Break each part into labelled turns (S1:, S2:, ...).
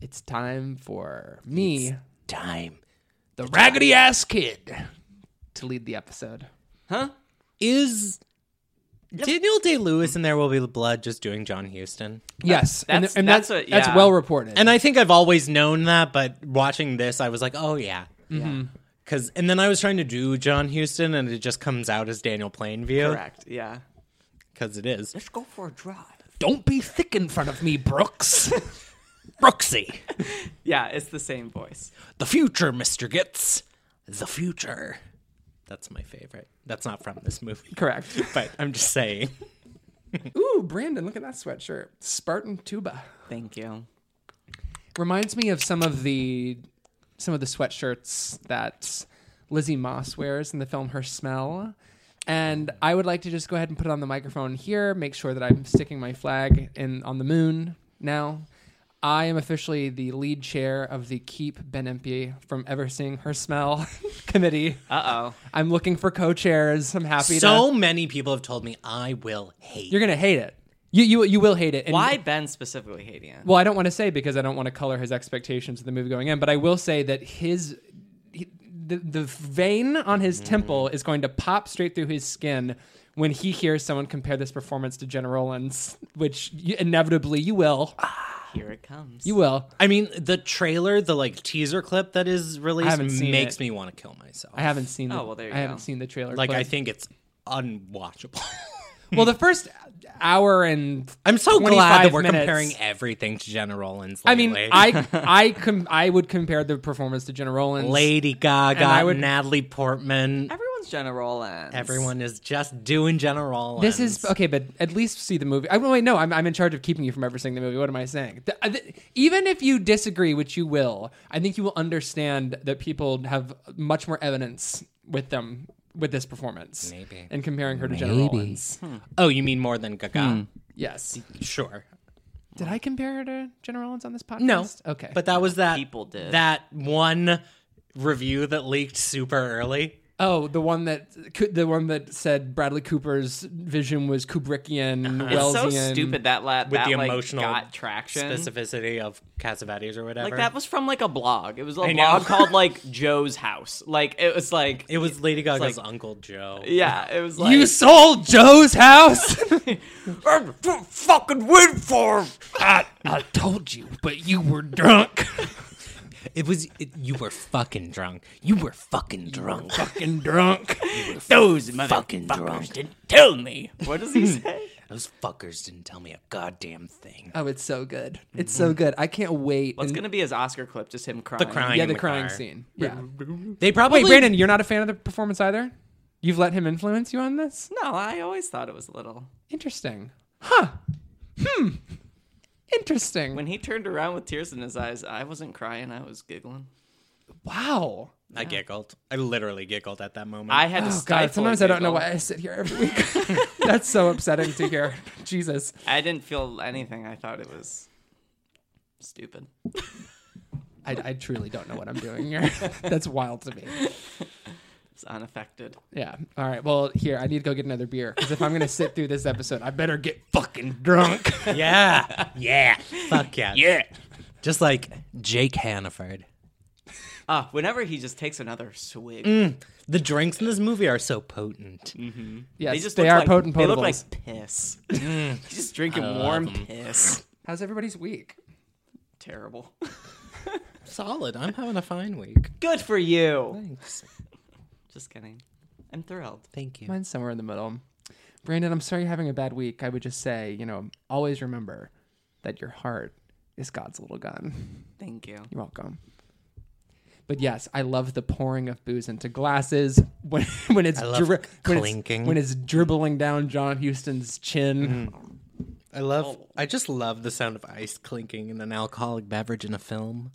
S1: it's time for me,
S2: Time
S1: the raggedy ass kid, to lead the episode. Huh?
S2: is Daniel Day Lewis and There Will Be Blood just doing John Houston.
S1: yes, and,
S3: that's-
S1: and
S3: that's
S1: that's
S3: what-
S1: that's
S3: yeah.
S1: well reported.
S2: And I think I've always known that, but watching this, I was like, oh yeah.
S1: Mm-hmm.
S3: Yeah.
S2: Cause, and then I was trying to do John Houston, and it just comes out as Daniel Plainview
S3: Correct. Yeah.
S2: because it is.
S3: Let's go for a drive.
S1: don't be thick in front of me, Brooks.
S2: Brooksy,
S3: Yeah, it's the same voice.
S2: the future, Mister Gitz, the future. That's my favorite. That's not from this movie,
S1: Correct.
S2: but I'm just saying.
S1: Ooh, Brandon, look at that sweatshirt. Spartan tuba.
S3: Thank you.
S1: Reminds me of some of the some of the sweatshirts that Lizzie Moss wears in the film Her Smell. And I would like to just go ahead and put it on the microphone here, make sure that I'm sticking my flag in on the moon now. I am officially the lead chair of the Keep Ben Empey from Ever Seeing Her Smell committee.
S3: Uh oh.
S1: I'm looking for co-chairs. I'm happy to
S2: So many people have told me I will hate.
S1: You're gonna hate it. You you you will hate it. And
S3: Why Ben specifically hating it?
S1: Well, I don't want to say because I don't want to color his expectations of the movie going in, but I will say that his he, the the vein on his
S3: Mm-hmm.
S1: temple is going to pop straight through his skin when he hears someone compare this performance to Jenna Rollins, which you, inevitably you will,
S3: Here it comes.
S1: you will.
S2: I mean, the trailer, the like teaser clip that is released
S1: haven't seen
S2: makes
S1: it.
S2: me want to kill myself.
S1: I haven't seen. The,
S3: Oh, well, there you
S1: I haven't
S3: go.
S1: seen the trailer.
S2: like,
S1: but-
S2: I think it's unwatchable.
S1: Well, the first hour and
S2: I'm so glad that
S1: 25
S2: we're
S1: minutes-
S2: comparing everything to Jenna Rollins.
S1: I mean,
S2: lately.
S1: I I com- I would compare the performance to Jenna Rollins.
S2: Lady Gaga,
S1: And I would-
S2: Natalie Portman.
S3: Everyone's Jenna Rollins.
S2: Everyone is just doing Jenna Rollins.
S1: This is okay, but at least see the movie. I wait, no, I'm, I'm in charge of keeping you from ever seeing the movie. What am I saying? Th- I- th- even if you disagree, which you will, I think you will understand that people have much more evidence with them with this performance.
S2: Maybe.
S1: And comparing her to Jenna Rollins.
S2: Oh, you mean more than
S1: Hmm.
S2: Gaga?
S1: Yes.
S2: Sure.
S1: Did I compare her to Jenna Rollins on this podcast?
S2: No.
S1: Okay.
S2: But that was that
S3: People did.
S2: that one review that leaked super early.
S1: oh, the one that the one that said Bradley Cooper's vision was Kubrickian,
S3: Uh-huh. It's
S1: Wellesian.
S3: so stupid that la-
S2: With
S3: that
S2: the
S3: like,
S2: emotional
S3: got traction.
S2: Specificity of Cassavetes or whatever.
S3: Like that was from like a blog. It was a
S2: know.
S3: blog called like Joe's House. Like it was like
S2: It was Lady Gaga's
S3: like-
S2: Uncle Joe.
S3: yeah, it was like
S1: You sold Joe's house.
S3: I'm too fucking wait for.
S1: I, I told you, but you were drunk.
S2: It was. It, you were fucking drunk. You were fucking drunk.
S1: fucking drunk.
S3: Those
S2: Fucking drunk.
S3: didn't tell me. What does he say?
S2: Those fuckers didn't tell me a goddamn thing.
S1: Oh, it's so good. It's so good. I can't wait.
S3: What's
S1: And-
S3: gonna be his Oscar clip? Just him crying.
S2: The crying.
S1: yeah,
S2: in
S1: the
S2: the
S1: crying
S2: car.
S1: scene. Yeah.
S2: They probably.
S1: Wait, Brandon, you're not a fan of the performance either? You've let him influence you on this?
S3: No, I always thought it was a little.
S1: Interesting. Huh. Hmm. Interesting.
S3: When he turned around with tears in his eyes, I wasn't crying. I was giggling.
S1: wow.
S2: I giggled. I literally giggled at that moment.
S3: I had to
S1: Oh
S3: stifle.
S1: god, sometimes I
S3: a
S1: don't know
S3: giggle.
S1: why I sit here every week. That's so upsetting to hear. Jesus.
S3: I didn't feel anything. I thought it was stupid.
S1: I, I truly don't know what I'm doing here. That's wild to me.
S3: It's unaffected.
S1: Yeah. All right. Well, here, I need to go get another beer because if I'm going to sit through this episode, I better get fucking drunk.
S2: Yeah. yeah. Fuck yeah. Yeah. Just like Jake Hannaford.
S3: Ah, whenever he just takes another swig,
S2: The drinks in this movie are so potent.
S1: Yes,
S3: they
S1: they,
S3: just
S1: are
S3: look like,
S1: potent
S3: They
S1: potables.
S3: look like piss. He's just drinking warm piss.
S1: How's everybody's week?
S3: Terrible.
S2: Solid. I'm having a fine week.
S3: Good for you.
S2: Thanks.
S3: Just kidding. I'm thrilled.
S2: Thank you.
S1: Mine's somewhere in the middle. Brandon, I'm sorry you're having a bad week. I would just say, you know, always remember that your heart is God's little gun.
S3: Thank you.
S1: You're welcome. But yes, I love the pouring of booze into glasses when when it's,
S2: I love
S1: dri- when,
S2: clinking. Mm-hmm.
S1: it's when it's dribbling down John Houston's chin.
S2: I love. I just love the sound of ice clinking in an alcoholic beverage in a film.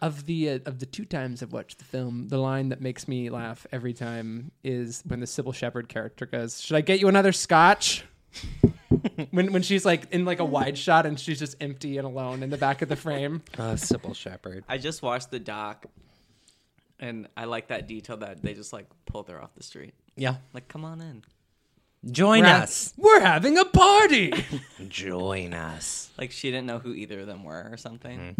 S1: of the uh, of the two times I've watched the film, the line that makes me laugh every time is when the Sybil Shepherd character goes, "Should I get you another scotch?" when when she's like in like a wide shot and she's just empty and alone in the back of the frame.
S2: Uh, Sybil Shepherd.
S3: I just watched the doc, and I like that detail that they just like pulled her off the street.
S2: Yeah.
S3: Like, come on in.
S2: Join
S1: We're ha-
S2: us.
S1: We're having a party.
S2: Join us.
S3: Like she didn't know who either of them were or something.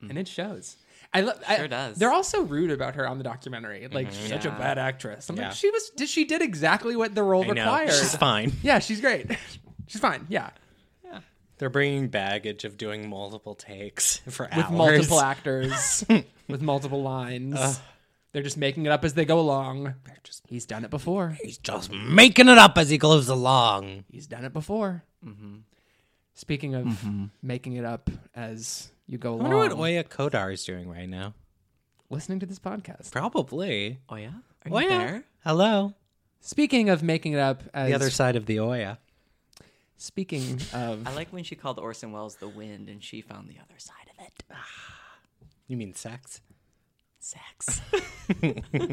S1: and it shows. I love. I,
S3: Sure does.
S1: They're also rude about her on the documentary. Like she's such a bad actress. I'm
S2: Mm-hmm. Yeah.
S1: like, she was. Did she did exactly what the role
S2: I know.
S1: required?
S2: She's fine.
S1: yeah, she's great. she's fine. Yeah,
S2: They're bringing baggage of doing multiple takes for
S1: with
S2: hours.
S1: multiple actors, with multiple lines. they're just making it up as they go along. He's done it before.
S2: He's just making it up as he goes along.
S1: He's done it before. Mm-hmm. Speaking of making it up as you go
S2: I
S1: along,
S2: wonder what Oya Kodar is doing right now.
S1: listening to this podcast.
S2: Probably.
S3: Oh yeah, are
S2: Oya.
S3: you there?
S2: Hello.
S1: Speaking of making it up as
S2: The other side of the Oya.
S1: Speaking of
S3: I like when she called Orson Welles the wind, and she found the other side of it.
S2: You mean sex?
S3: Sex.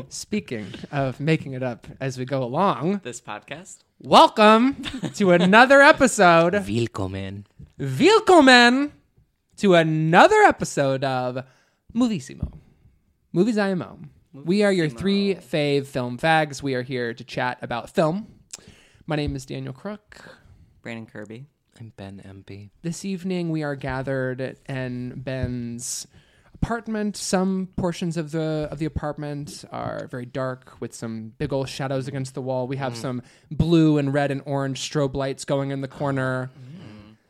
S1: speaking of making it up as we go along,
S3: this podcast.
S1: welcome to another episode.
S2: Willkommen.
S1: Willkommen to another episode of Moviesimo. Movies IMO. We are your three fave film fags. We are here to chat about film. My name is Daniel Crook.
S3: Brandon Kirby.
S2: I'm Ben MP.
S1: This evening we are gathered in Ben's apartment. Some portions of the of the apartment are very dark with some big old shadows against the wall. We have some blue and red and orange strobe lights going in the corner.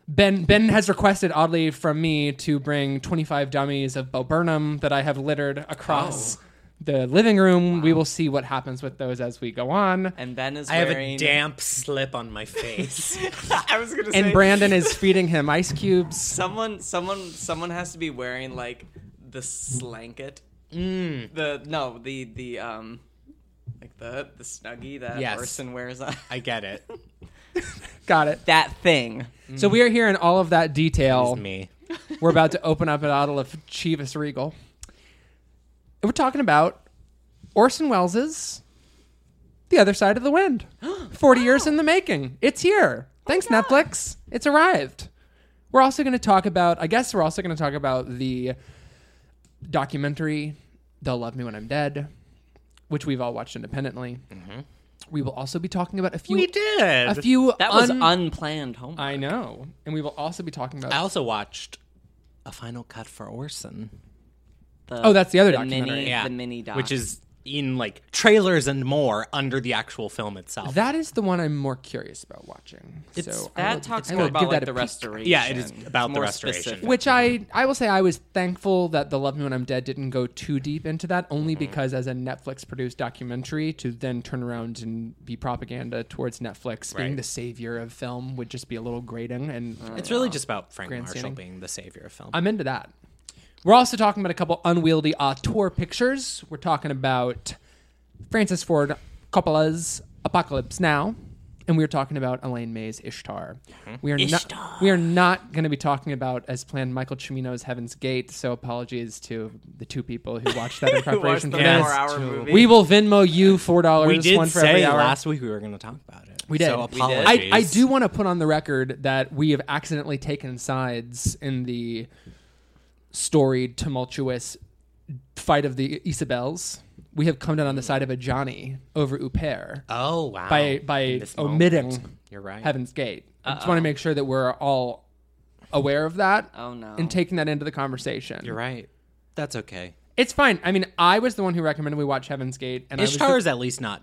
S1: Ben Ben has requested oddly from me to bring 25 dummies of Bo Burnham that I have littered across the living room. We will see what happens with those as we go on.
S3: And Ben is
S2: I have
S3: wearing.
S2: a damp slip on my face.
S3: I was gonna say.
S1: And Brandon is feeding him ice cubes.
S3: Someone, someone, someone has to be wearing like the slanket. Mm. The no, the the um, like the the snuggie that
S2: Yes.
S3: Orson wears on.
S2: I get it.
S1: Got it.
S3: that thing.
S1: So we are here in all of that detail.
S2: It's me.
S1: We're about to open up a bottle of Chivas Regal. And we're talking about Orson Welles' The Other Side of the Wind. 40 years in the making. It's here. Thanks, Netflix. It's arrived. We're also going to talk about, I guess we're also going to talk about the documentary, They'll Love Me When I'm Dead, which we've all watched independently. We will also be talking about a few.
S2: We did.
S1: A few
S3: That was
S1: un-
S3: unplanned homework.
S1: I know. And we will also be talking about
S2: I also watched a final cut for Orson,
S3: The-
S1: Oh, that's the other documentary.
S3: Mini,
S2: Yeah.
S3: The mini doc.
S2: which is in like trailers and more under the actual film itself.
S1: That is the one I'm more curious about watching. so I
S3: that
S1: will-
S3: talks
S1: I
S3: more
S1: will
S3: about
S1: give
S3: like
S1: that a
S3: the
S1: peek.
S3: restoration.
S2: Yeah, it is about the
S3: It's more
S2: restoration.
S3: specific.
S1: Which I I will say I was thankful that the Love Me When I'm Dead didn't go too deep into that,
S3: Mm-hmm.
S1: only because as a Netflix produced documentary, to then turn around and be propaganda towards Netflix being
S2: Right.
S1: the savior of film would just be a little grating, and
S3: Mm.
S2: It's really just about Frank Marshall
S1: Grandstanding.
S2: being the savior of film.
S1: I'm into that. We're also talking about a couple unwieldy auteur pictures. We're talking about Francis Ford Coppola's Apocalypse Now, and we're talking about Elaine May's Ishtar.
S3: Mm-hmm.
S1: We are not we are not going to be talking about as planned Michael Cimino's Heaven's Gate. So apologies to the two people who watched that in
S3: Who
S1: preparation
S3: watched the
S1: for this.
S3: four-hour movie?
S1: We will Venmo you four dollars.
S2: we did
S1: one for every
S2: say
S1: hour.
S2: last week we were going to talk about it.
S1: We did.
S2: So
S1: We
S2: apologies.
S1: I, I do want to put on the record that we have accidentally taken sides in the storied, tumultuous fight of the Isabels. We have come down on the side of a Johnny over Uper
S2: Oh wow!
S1: by by
S2: In this moment.
S1: omitting
S2: You're right.
S1: Heaven's Gate. I just want to make sure that we're all aware of that
S3: Oh no.
S1: and taking that into the conversation.
S2: You're right. That's okay.
S1: It's fine. I mean, I was the one who recommended we watch Heaven's Gate, and I
S2: Ishtar
S1: was
S2: is at least not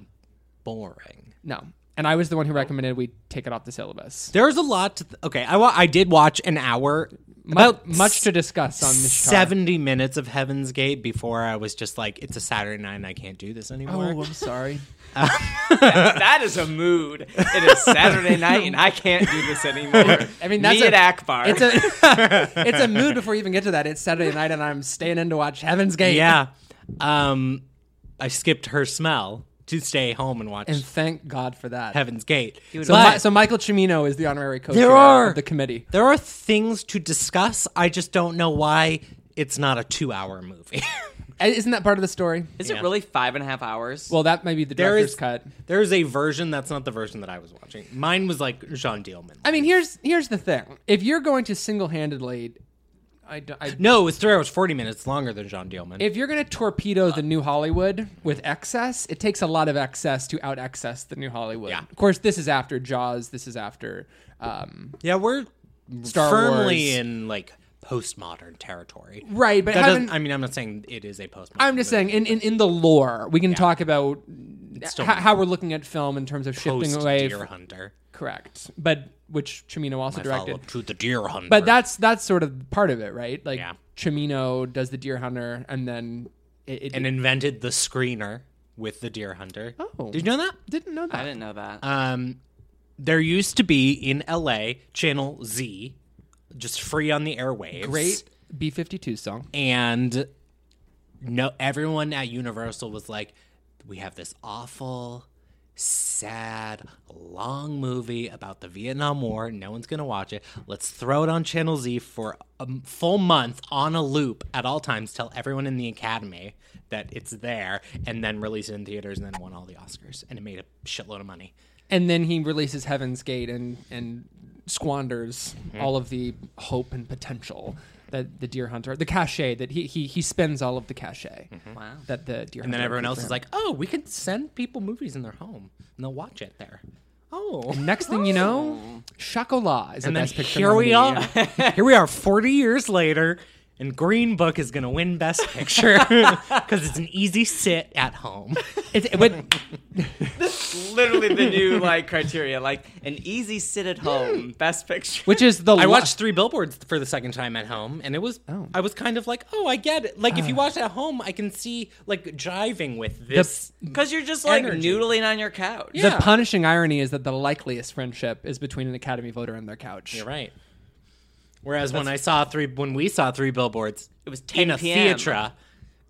S2: boring.
S1: the, no, and I was the one who recommended we take it off the syllabus.
S2: There's a lot. To th- okay, I wa- I did watch an hour, about
S1: Much to discuss on this.
S2: seventy minutes of Heaven's Gate before I was just like, it's a Saturday night and I can't do this anymore.
S1: I'm sorry.
S3: that is a mood. It is Saturday night, and I can't do this anymore.
S1: I mean, that's
S3: Me at
S1: a-
S3: Akbar.
S1: It's a it's a mood before you even get to that. It's Saturday night and I'm staying in to watch Heaven's Gate.
S2: yeah, um, I skipped her smell to stay home and watch
S1: And thank God for that.
S2: Heaven's Gate.
S1: so,
S2: But
S1: Mi- so Michael Cimino is the honorary co
S2: There are-
S1: of the committee.
S2: there are things to discuss. I just don't know why it's not a two-hour movie.
S1: Uh, Isn't that part of the story?
S3: is
S2: Yeah.
S3: it really five and a half hours?
S1: Well, that might be the
S2: There
S1: director's
S2: is-
S1: cut.
S2: There is a version that's not the version that I was watching. Mine was like Jean Dielman.
S1: I mean, here's here's the thing. If you're going to single handedly, I, don't- I
S2: No, it was three hours forty minutes longer than Jean Dielman.
S1: if you're going to torpedo the new Hollywood with excess, it takes a lot of excess to out excess the new Hollywood.
S2: Yeah.
S1: Of course, this is after Jaws. This is after um,
S2: yeah, we're
S1: Star
S2: firmly
S1: Wars.
S2: in like postmodern territory.
S1: Right, but
S2: That
S1: haven't-
S2: doesn't, I mean, I'm not saying it is a postmodern.
S1: I'm just saying, in, in, in the lore, we can talk about
S2: still
S1: ho- how we're looking at film in terms of shifting
S2: post
S1: away.
S2: Deer
S1: f-
S2: Hunter.
S1: correct, but which Chimino also
S2: My
S1: directed.
S2: follow-up to the Deer Hunter.
S1: But that's that's sort of part of it, right? Like
S2: Yeah.
S1: Chimino does the Deer Hunter, and then it, it
S2: and invented the screener with the Deer Hunter.
S1: Oh.
S2: did you know that?
S1: didn't know
S3: I
S1: that.
S3: didn't know that.
S1: uh,
S2: Um, there used to be in LA Channel Z, just free on the airwaves.
S1: Great B fifty two song.
S2: and no everyone at universal was like we have this awful sad long movie about the vietnam war no one's gonna watch it let's throw it on channel z for a m- full month on a loop at all times tell everyone in the academy that it's there and then release it in theaters and then won all the oscars and it made a shitload of money
S1: And then he releases Heaven's Gate and and squanders
S2: Mm-hmm.
S1: all of the hope and potential that the Deer Hunter, the cachet that he he he spends all of the cachet
S3: wow.
S1: that the Deer.
S2: Mm-hmm. and then everyone else is like oh we could send people movies in their home and they'll watch it there oh
S1: Next thing you know, Chocolat is
S2: and
S1: the
S2: then
S1: best picture.
S2: here we are.
S1: nominee.
S2: here we are, forty years later, and Green Book is going to win Best Picture because it's an easy sit at home.
S1: It's, but
S3: Literally the new like criteria, like an easy sit at home, best picture.
S1: which is the
S2: I
S1: lo-
S2: watched Three Billboards for the second time at home, and it was
S1: Oh.
S2: I was kind of like, oh, I get it. Like if you watch it at home, I can see like jiving with this.
S3: Because you're just like
S2: Energy.
S3: noodling on your couch.
S1: the
S2: Yeah.
S1: punishing irony is that the likeliest friendship is between an Academy voter and their couch.
S2: You're right. Whereas when I saw three, when we saw Three Billboards,
S3: It was 10
S2: in a
S3: p.m.
S2: theatre,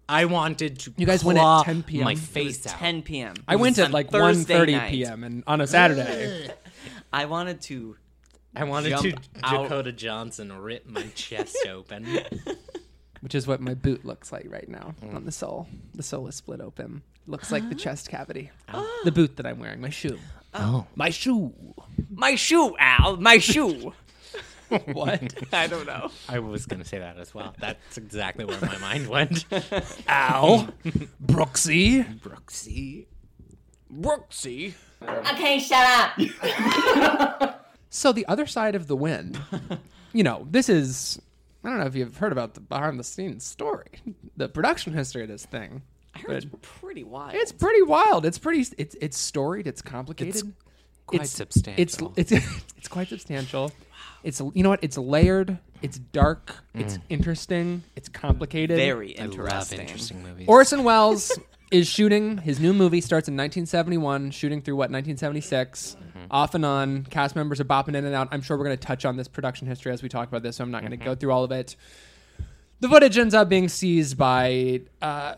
S2: I wanted to.
S1: You guys went at
S2: claw
S1: 10 p.m.?
S2: My
S1: It was
S2: face out.
S3: 10 p.m.
S1: I went
S3: It was
S1: at
S3: on
S1: like
S3: Thursday
S1: 1.30
S3: night.
S1: p.m. and on a Saturday.
S3: I wanted to.
S2: I wanted
S3: Jump
S2: to
S3: out.
S2: Dakota Johnson rip my chest open.
S1: which is what my boot looks like right now
S2: Mm.
S1: on the sole. The sole is split open. Looks like the chest cavity. The boot that I'm wearing, my shoe.
S2: Oh.
S1: My shoe.
S3: My shoe, Al. My shoe.
S1: What?
S3: I don't know.
S2: I was going to say that as well. That's exactly where my mind went. Ow.
S1: Brooksy?
S2: Brooksy.
S3: Brooksy.
S4: Okay, shut up.
S1: So the other side of the wind. you know, this is I don't know if you've heard about the behind the scenes story, the production history of this thing.
S3: I heard it's pretty wild.
S1: It's pretty wild. It's pretty. It's it's storied. It's complicated. It's
S2: quite substantial.
S1: It's it's it's quite substantial. It's you know what? It's layered. It's dark. It's interesting. It's complicated.
S3: Mm. very
S2: I
S3: interesting.
S2: love interesting movies.
S1: Orson Welles is shooting his new movie. Starts in 1971, shooting through what 1976. Off and on, cast members are bopping in and out. I'm sure we're going to touch on this production history as we talk about this, so I'm not going to go through all of it. The footage ends up being seized by uh,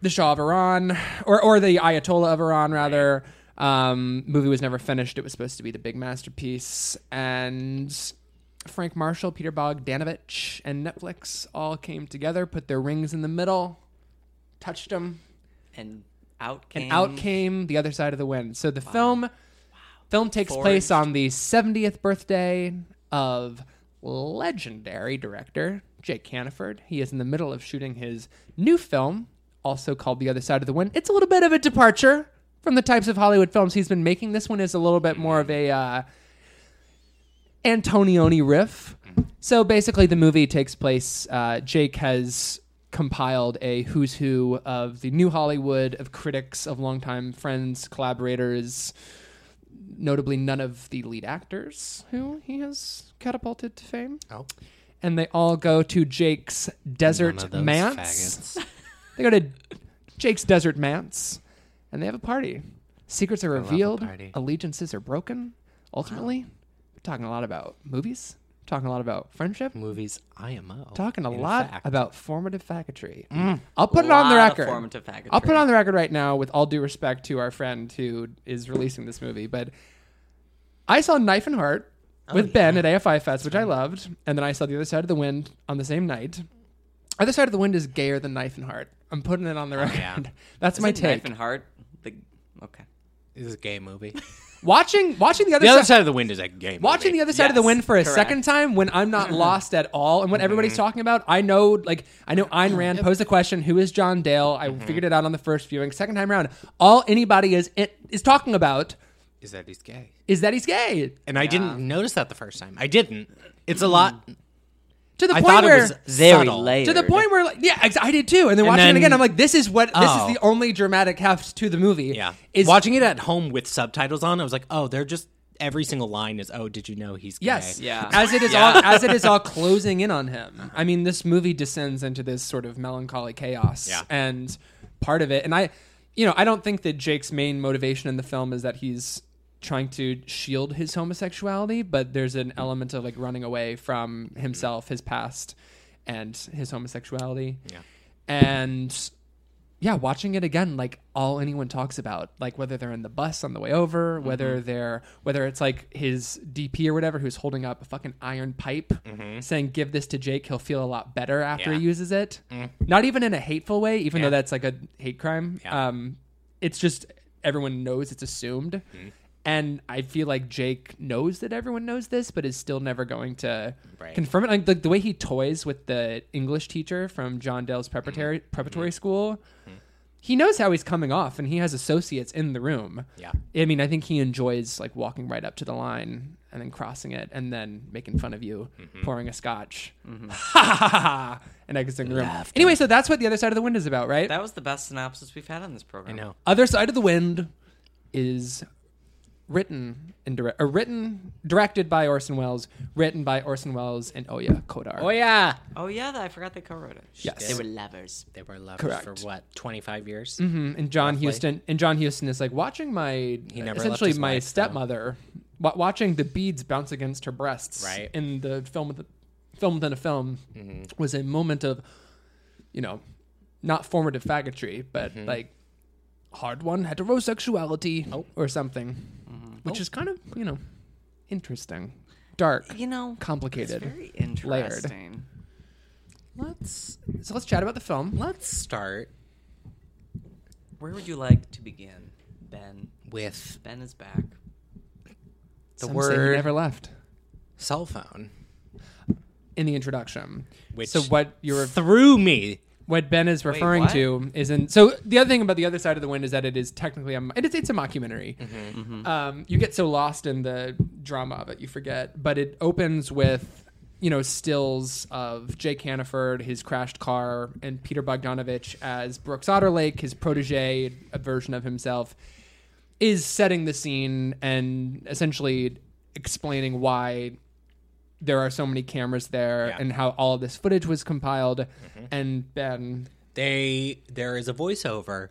S1: the Shah of Iran, or or the Ayatollah of Iran, rather. Um, movie was never finished. It was supposed to be the big masterpiece, and Frank Marshall, Peter Bogdanovich, and Netflix all came together, put their rings in the middle, touched them,
S3: And out came.
S1: and out came the other side of the wind. So the film film takes place
S3: Forged.
S1: on the 70th birthday of legendary director Jake Caniford. He is in the middle of shooting his new film, also called The Other Side of the Wind. It's a little bit of a departure from the types of Hollywood films he's been making. This one is a little bit more of a uh, Antonioni riff. So basically, the movie takes place. Uh, Jake has compiled a who's who of the new Hollywood, of critics, of longtime friends, collaborators, notably none of the lead actors who he has catapulted to fame.
S2: Oh.
S1: And they all go to Jake's Desert
S2: None of those
S1: Manse.
S2: faggots.
S1: They go to Jake's Desert Manse and they have a party. Secrets are
S2: a
S1: revealed,
S2: party.
S1: allegiances are broken. Ultimately, we're talking a lot about movies, talking a lot about friendship,
S2: Movies IMO.
S1: talking a
S2: Hmm. in
S1: lot
S2: fact.
S1: about formative faggotry. I'll put it on the
S3: Lot of
S1: record.
S3: formative faggotry.
S1: I'll put it on the record right now with all due respect to our friend who is releasing this movie, but I saw Knife and Heart
S3: Oh,
S1: with Ben at AFI Fest, which I loved, and then I saw The Other Side of the Wind on the same night. Other Side of the Wind is gayer than Knife and Heart. I'm putting it on the record.
S2: yeah.
S1: That's
S3: Oh, Is
S1: my
S3: it Knife
S1: take.
S3: and Heart. The, okay.
S2: This is a gay movie.
S1: watching watching the other,
S2: the Other
S1: si-
S2: Side of the Wind is a gay movie.
S1: watching the other side of the
S3: Yes,
S1: wind for a
S3: correct.
S1: second time when I'm not lost at all and what everybody's
S3: Mm-hmm.
S1: talking about. I know, like, I know
S3: Oh,
S1: Ayn Rand posed the question, "Who is John Dale?" I
S3: Mm-hmm.
S1: figured it out on the first viewing. Second time around, all anybody is is talking about
S2: Is that he's gay.
S1: is that he's gay.
S2: And I didn't notice that Mm. the first time. I didn't. It's a lot
S1: to the
S2: I
S1: point
S2: thought
S1: where
S2: it was
S4: Very
S2: subtle.
S4: late.
S1: to the
S4: weird.
S1: point where like, yeah, ex- I did too. And then
S2: And
S1: watching
S2: then-
S1: it again, I'm like, this is what this
S2: Oh.
S1: is the only dramatic heft to the movie.
S2: Yeah.
S1: is
S2: Watching it at home with subtitles on, I was like, oh, they're just every single line is, oh, did you know he's gay?
S1: Yes.
S3: Yeah.
S1: As it is
S3: Yeah.
S1: all as it is all closing in on him. I mean, this movie descends into this sort of melancholy chaos.
S2: Yeah.
S1: And part of it, and I, you know, I don't think that Jake's main motivation in the film is that he's trying to shield his homosexuality, but there's an element of like running away from himself, his past, and his homosexuality.
S2: Yeah.
S1: And yeah, watching it again, like all anyone talks about, like whether they're in the bus on the way over, whether
S2: Mm-hmm.
S1: they're whether it's like his DP or whatever who's holding up a fucking iron pipe, saying "Give this to Jake, he'll feel a lot better after
S2: Mm-hmm. Yeah. Mm.
S1: he uses it." Not even in a hateful way, even
S2: Yeah.
S1: though that's like a hate crime.
S2: Yeah.
S1: Um, it's just everyone knows it's assumed,
S2: Mm-hmm.
S1: and I feel like Jake knows that everyone knows this, but is still never going to
S2: Right.
S1: confirm it. Like the, the way he toys with the English teacher from John Dale's preparatory
S2: Mm-hmm.
S1: preparatory school he knows how he's coming off and he has associates in the room.
S2: Yeah.
S1: I mean, I think he enjoys like walking right up to the line and then crossing it and then making fun of you, pouring a scotch. Ha ha ha ha! And exiting the room.
S2: Laughter.
S1: Anyway, so that's what the other side of the wind is about, right?
S3: That was the best synopsis we've had on this program.
S2: I know.
S1: other side of the wind is written and direct, uh, written directed by Orson Welles, written by Orson Welles and Oya Kodar.
S2: yeah.
S3: Oh yeah, I forgot they co-wrote it.
S1: Yes.
S4: They were lovers.
S2: They were lovers
S1: Correct.
S2: for what, 25 years?
S1: Mhm, And John
S2: Roughly.
S1: Houston and John Houston is like watching my
S2: never left
S1: essentially
S2: his
S1: my
S2: wife, though.
S1: stepmother wa- watching the beads bounce against her breasts
S2: Right. Mm-hmm.
S1: in the film with the film within a film was a moment of you know not formative faggotry but
S2: Mm-hmm.
S1: like hard one heterosexuality or something
S2: Mm-hmm.
S1: which is kind of you know interesting dark
S3: You know,
S1: complicated
S3: It's very interesting.
S2: Let's
S1: so let's chat about the film
S2: let's start
S3: Where would you like to begin, Ben?
S2: with
S3: Ben is back.
S2: the
S1: Some say he
S2: word
S1: never left
S2: cell phone,
S1: in the introduction
S2: Which-
S1: so what you're
S2: through me.
S1: what Ben is referring
S3: what?
S1: to is in. So the other thing about the other side of the wind is that it is technically a, it's, it's a mockumentary. Um, you get so lost in the drama of it you forget. But it opens with you know stills of Jake Hannaford, his crashed car, and Peter Bogdanovich as Brooks Otterlake, his protege, a version of himself, is setting the scene and essentially explaining why there are so many cameras there
S2: Yeah.
S1: and how all of this footage was compiled and Ben
S2: They there is a voiceover,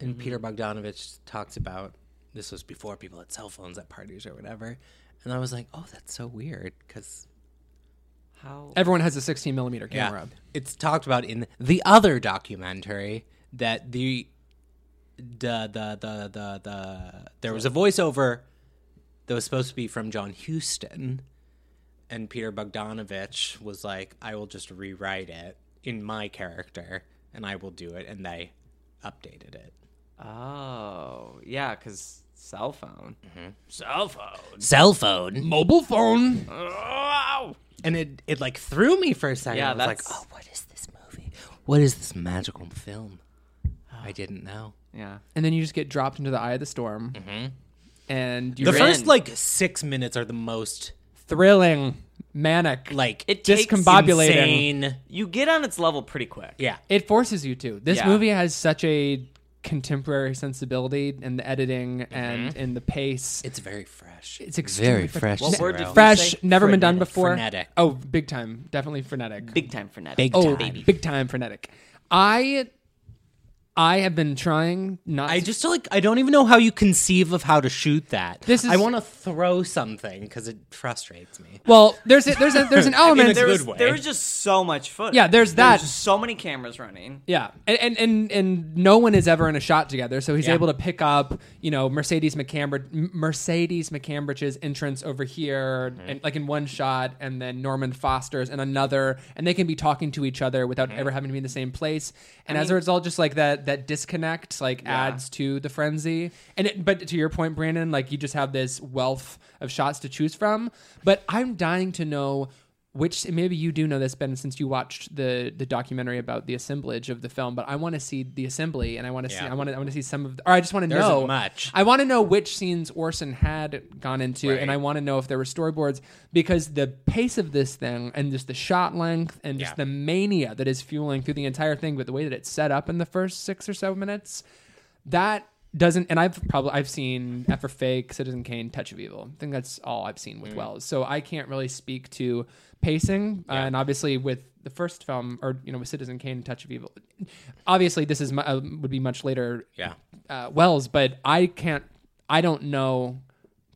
S2: and Peter Bogdanovich talks about this was before people had cell phones at parties or whatever, and I was like, oh, that's so weird because
S3: How?
S1: everyone has a 16 millimeter camera.
S2: It's talked about in the other documentary that the the the the the, the there was a voiceover that was supposed to be from John Huston, and Peter Bogdanovich was like, "I will just rewrite it in my character, and I will do it," and they updated it.
S1: Uh,
S3: Oh yeah, because cell phone. Cell phone.
S2: Cell phone,
S1: Mobile phone.
S3: Oh!
S2: and it it like threw me for a second.
S3: Yeah,
S2: I was like,
S3: that's-
S2: "Oh, what is this movie? What is this magical film?" I didn't know.
S3: Yeah.
S1: And then you just get dropped into the eye of the storm. And you're
S2: Mm-hmm. The
S1: in.
S2: first
S3: in.
S2: like six minutes are the most
S1: thrilling, manic.
S2: like
S3: It takes
S1: Discombobulating.
S2: insane.
S3: You get on its level pretty quick.
S2: Yeah,
S1: it forces you to. This
S3: Yeah.
S1: movie has such a contemporary sensibility in the editing and in the pace.
S2: Mm-hmm. it's very fresh.
S1: It's extremely fre-
S3: What
S2: Sarah.
S3: word did you-
S1: fresh,
S3: say
S1: never been done
S2: frenetic.
S1: before.
S2: Frenetic.
S1: Oh, big time. Definitely frenetic.
S3: Big time frenetic.
S2: Big
S1: oh,
S2: time.
S1: big time frenetic. I I have been trying not
S2: I
S1: to
S2: just like I don't even know how you conceive of how to shoot that.
S1: This is-
S2: I want to throw something because it frustrates me.
S1: Well, there's a, there's a, there's an element
S2: it's
S3: There
S2: good
S3: was,
S2: way.
S3: there was just so much footage.
S1: Yeah, there's
S3: There was
S1: that.
S3: just so many cameras running.
S1: Yeah, and and and, and no one is ever in a shot together, so he's
S2: Yeah.
S1: able to pick up you know Mercedes McCambridge Mercedes McCambridge's entrance over here, and like in one shot, and then Norman Foster's in another, and they can be talking to each other without ever having to be in the same place. And as a result, just like that that disconnect like adds to the frenzy. And it, but to your point, Brandon, like you just have this wealth of shots to choose from. But I'm dying to know which maybe you do know this, Ben, since you watched the the documentary about the assemblage of the film. But I want to see the assembly, and I want to see
S2: Yeah.
S1: I want to I want to see some of, the, or I just want to
S2: There isn't
S1: know
S2: much.
S1: I want to know which scenes Orson had gone into, and
S2: Right.
S1: I want to know if there were storyboards because the pace of this thing and just the shot length and just
S2: Yeah.
S1: the mania that is fueling through the entire thing, but the way that it's set up in the first six or so minutes, that doesn't and I've probably I've seen F for Fake, Citizen Kane, Touch of Evil. I think that's all I've seen
S2: Mm.
S1: with Wells. So I can't really speak to pacing. Uh, and obviously with the first film or you know with Citizen Kane and Touch of Evil. Obviously this is mu- uh, would be much later
S2: Yeah.
S1: uh, Wells, but I can't I don't know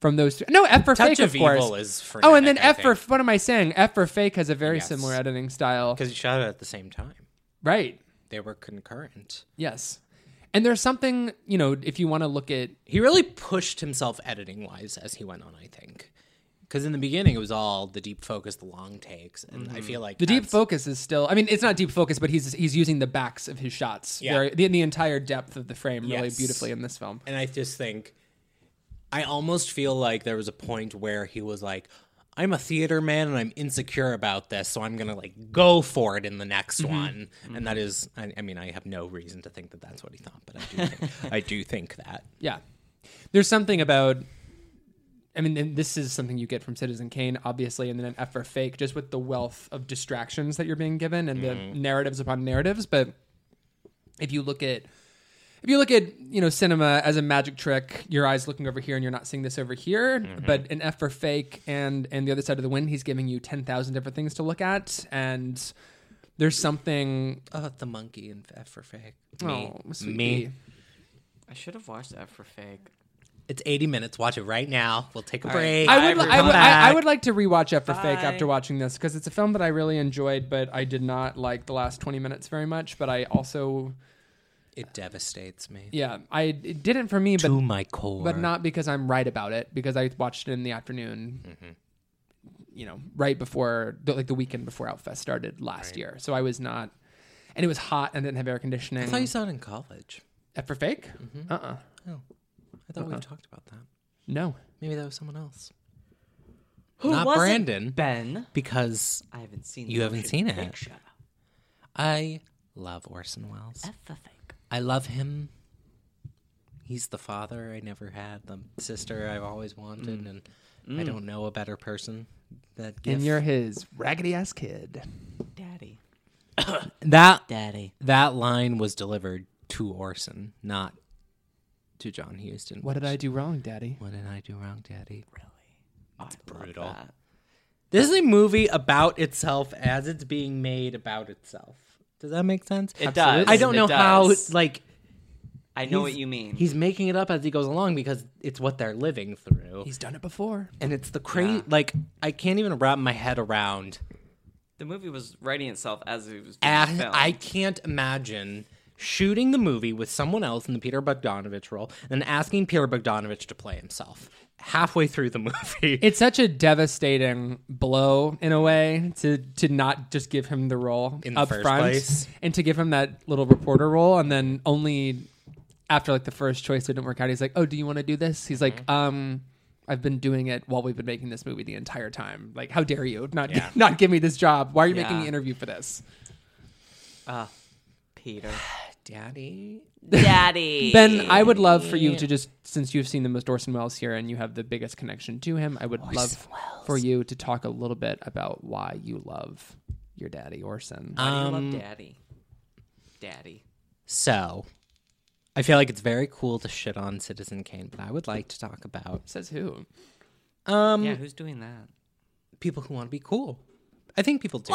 S1: from those two. No, F for
S2: Touch
S1: Fake
S2: of,
S1: of, course.
S2: Evil is frenetic,
S1: oh, and then
S2: I
S1: F for
S2: think,
S1: what am I saying? F for Fake has a very
S2: Yes.
S1: similar editing style.
S2: because you shot it at the same time.
S1: Right.
S2: They were concurrent.
S1: Yes. And there's something, you know, if you want to look at
S2: He really pushed himself editing wise as he went on. I think because in the beginning it was all the deep focus, the long takes, and I feel like
S1: The deep
S2: that's-
S1: focus is still. I mean, it's not deep focus, but he's he's using the backs of his shots.
S2: Yeah.
S1: Very, the, the entire depth of the frame really
S2: Yes.
S1: beautifully in this film.
S2: And I just think, I almost feel like there was a point where he was like, I'm a theater man and I'm insecure about this, so I'm going to like go for it in the next one. And that is, I, I mean, I have no reason to think that that's what he thought, but I do think, I do think that.
S1: Yeah, there's something about. I mean, and this is something you get from Citizen Kane, obviously, and then F for Fake, just with the wealth of distractions that you're being given and
S2: Mm-hmm.
S1: the narratives upon narratives. But if you look at if you look at you know cinema as a magic trick, your eyes looking over here and you're not seeing this over here.
S2: Mm-hmm.
S1: But an F for fake and and the other side of the wind, he's giving you ten thousand different things to look at, and there's something.
S2: Oh, the monkey and F for fake.
S1: Oh, sweet
S2: Me.
S1: pea.
S3: I should have watched that for fake.
S2: It's 80 minutes. Watch it right now. We'll take a
S3: All right.
S2: break.
S1: I would,
S3: Ivory
S1: I, would, I, I
S2: comeback.
S1: would like to rewatch F for Fake
S3: Bye.
S1: after watching this because it's a film that I really enjoyed, but I did not like the last 20 minutes very much. But I also,
S2: It devastates me.
S1: yeah, I it didn't for me, but
S2: to my core.
S1: but not because I'm right about it. Because I watched it in the afternoon, you know, right before the, like the weekend before Outfest started last year. So I was not, and it was hot and didn't have air
S2: I thought you
S1: conditioning.
S2: saw it in college.
S1: F for fake? Uh uh
S2: I thought
S1: Uh-huh.
S2: we talked about that.
S1: No.
S2: Maybe that was someone else.
S3: Who
S2: Not
S3: was it?
S2: Brandon.
S3: Ben.
S2: Because
S3: I haven't seen.
S2: You
S3: the
S2: haven't
S3: motion
S2: seen it.
S3: picture.
S2: I love Orson Welles.
S3: F for fake.
S2: I love him. He's the father I never had, the sister I've always wanted, and I don't know a better person. That gift.
S1: Mm. And you're his raggedy ass kid.
S3: Daddy.
S2: that
S3: Daddy.
S2: that line was delivered to Orson, not to John Houston.
S1: What did I do wrong, Daddy?
S2: What did I do wrong, Daddy?
S3: Really? It's
S2: brutal. This is a movie about itself as it's being made about itself. Does that make sense?
S3: It
S1: Absolutely.
S3: does.
S2: I don't
S3: It
S2: know how
S3: does.
S2: like
S3: I know
S2: he's-
S3: what you mean.
S2: he's making it up as he goes along because it's what they're living through.
S1: He's done it before.
S2: and it's the crazy like I can't even wrap my head around.
S3: the movie was writing itself as it was being
S2: And
S3: filmed.
S2: I can't imagine shooting the movie with someone else in the Peter Bogdanovich role and asking Peter Bogdanovich to play himself halfway through the movie.
S1: It's such a devastating blow in a way to to not just give him the role
S2: In the
S1: up
S2: first
S1: front
S2: place.
S1: and to give him that little reporter role and then only after like the first choice didn't work out he's like, "Oh, do you want to do this?" He's
S2: Mm-hmm.
S1: like, "Um, I've been doing it while we've been making this movie the entire time. Like, how dare you not
S2: Yeah.
S1: not give me this job? Why are you making
S3: Yeah.
S1: me interview for this?"
S3: Ah, Peter.
S2: Daddy.
S3: Daddy.
S1: Ben, I would love for you to just since you've seen the most Orson Welles here and you have the biggest connection to him, I would love for you to talk a little bit about why you love your daddy Orson.
S3: Why do you
S2: Um,
S3: love Daddy? Daddy.
S2: So I feel like it's very cool to shit on Citizen Kane, but I would like to talk about
S1: Says who?
S2: um
S3: Yeah, who's doing that?
S2: people who want to be cool. I think people do.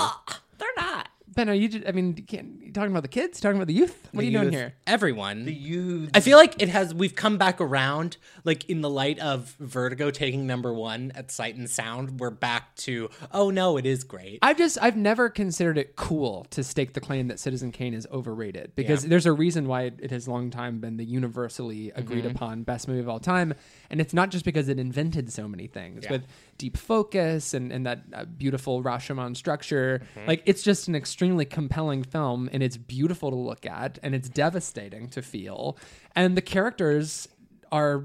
S3: They're not.
S1: Ben, are you? Just, I mean, you can't, you talking about the kids? You Talking about the youth? What are you doing
S2: youth,
S1: here?
S2: Everyone.
S3: You.
S2: I feel like it has. We've come back around, like in the light of Vertigo taking number one at Sight and Sound. We're back to oh no, it is great.
S1: I've just I've never considered it cool to stake the claim that Citizen Kane is overrated because there's a reason why it, it has long time been the universally agreed
S2: Mm-hmm.
S1: upon best movie of all time, and it's not just because it invented so many things with deep focus and and that uh, beautiful Rashomon structure.
S2: Mm-hmm.
S1: Like it's just an extremely compelling film, and it's beautiful to look at, and it's devastating to feel, and the characters are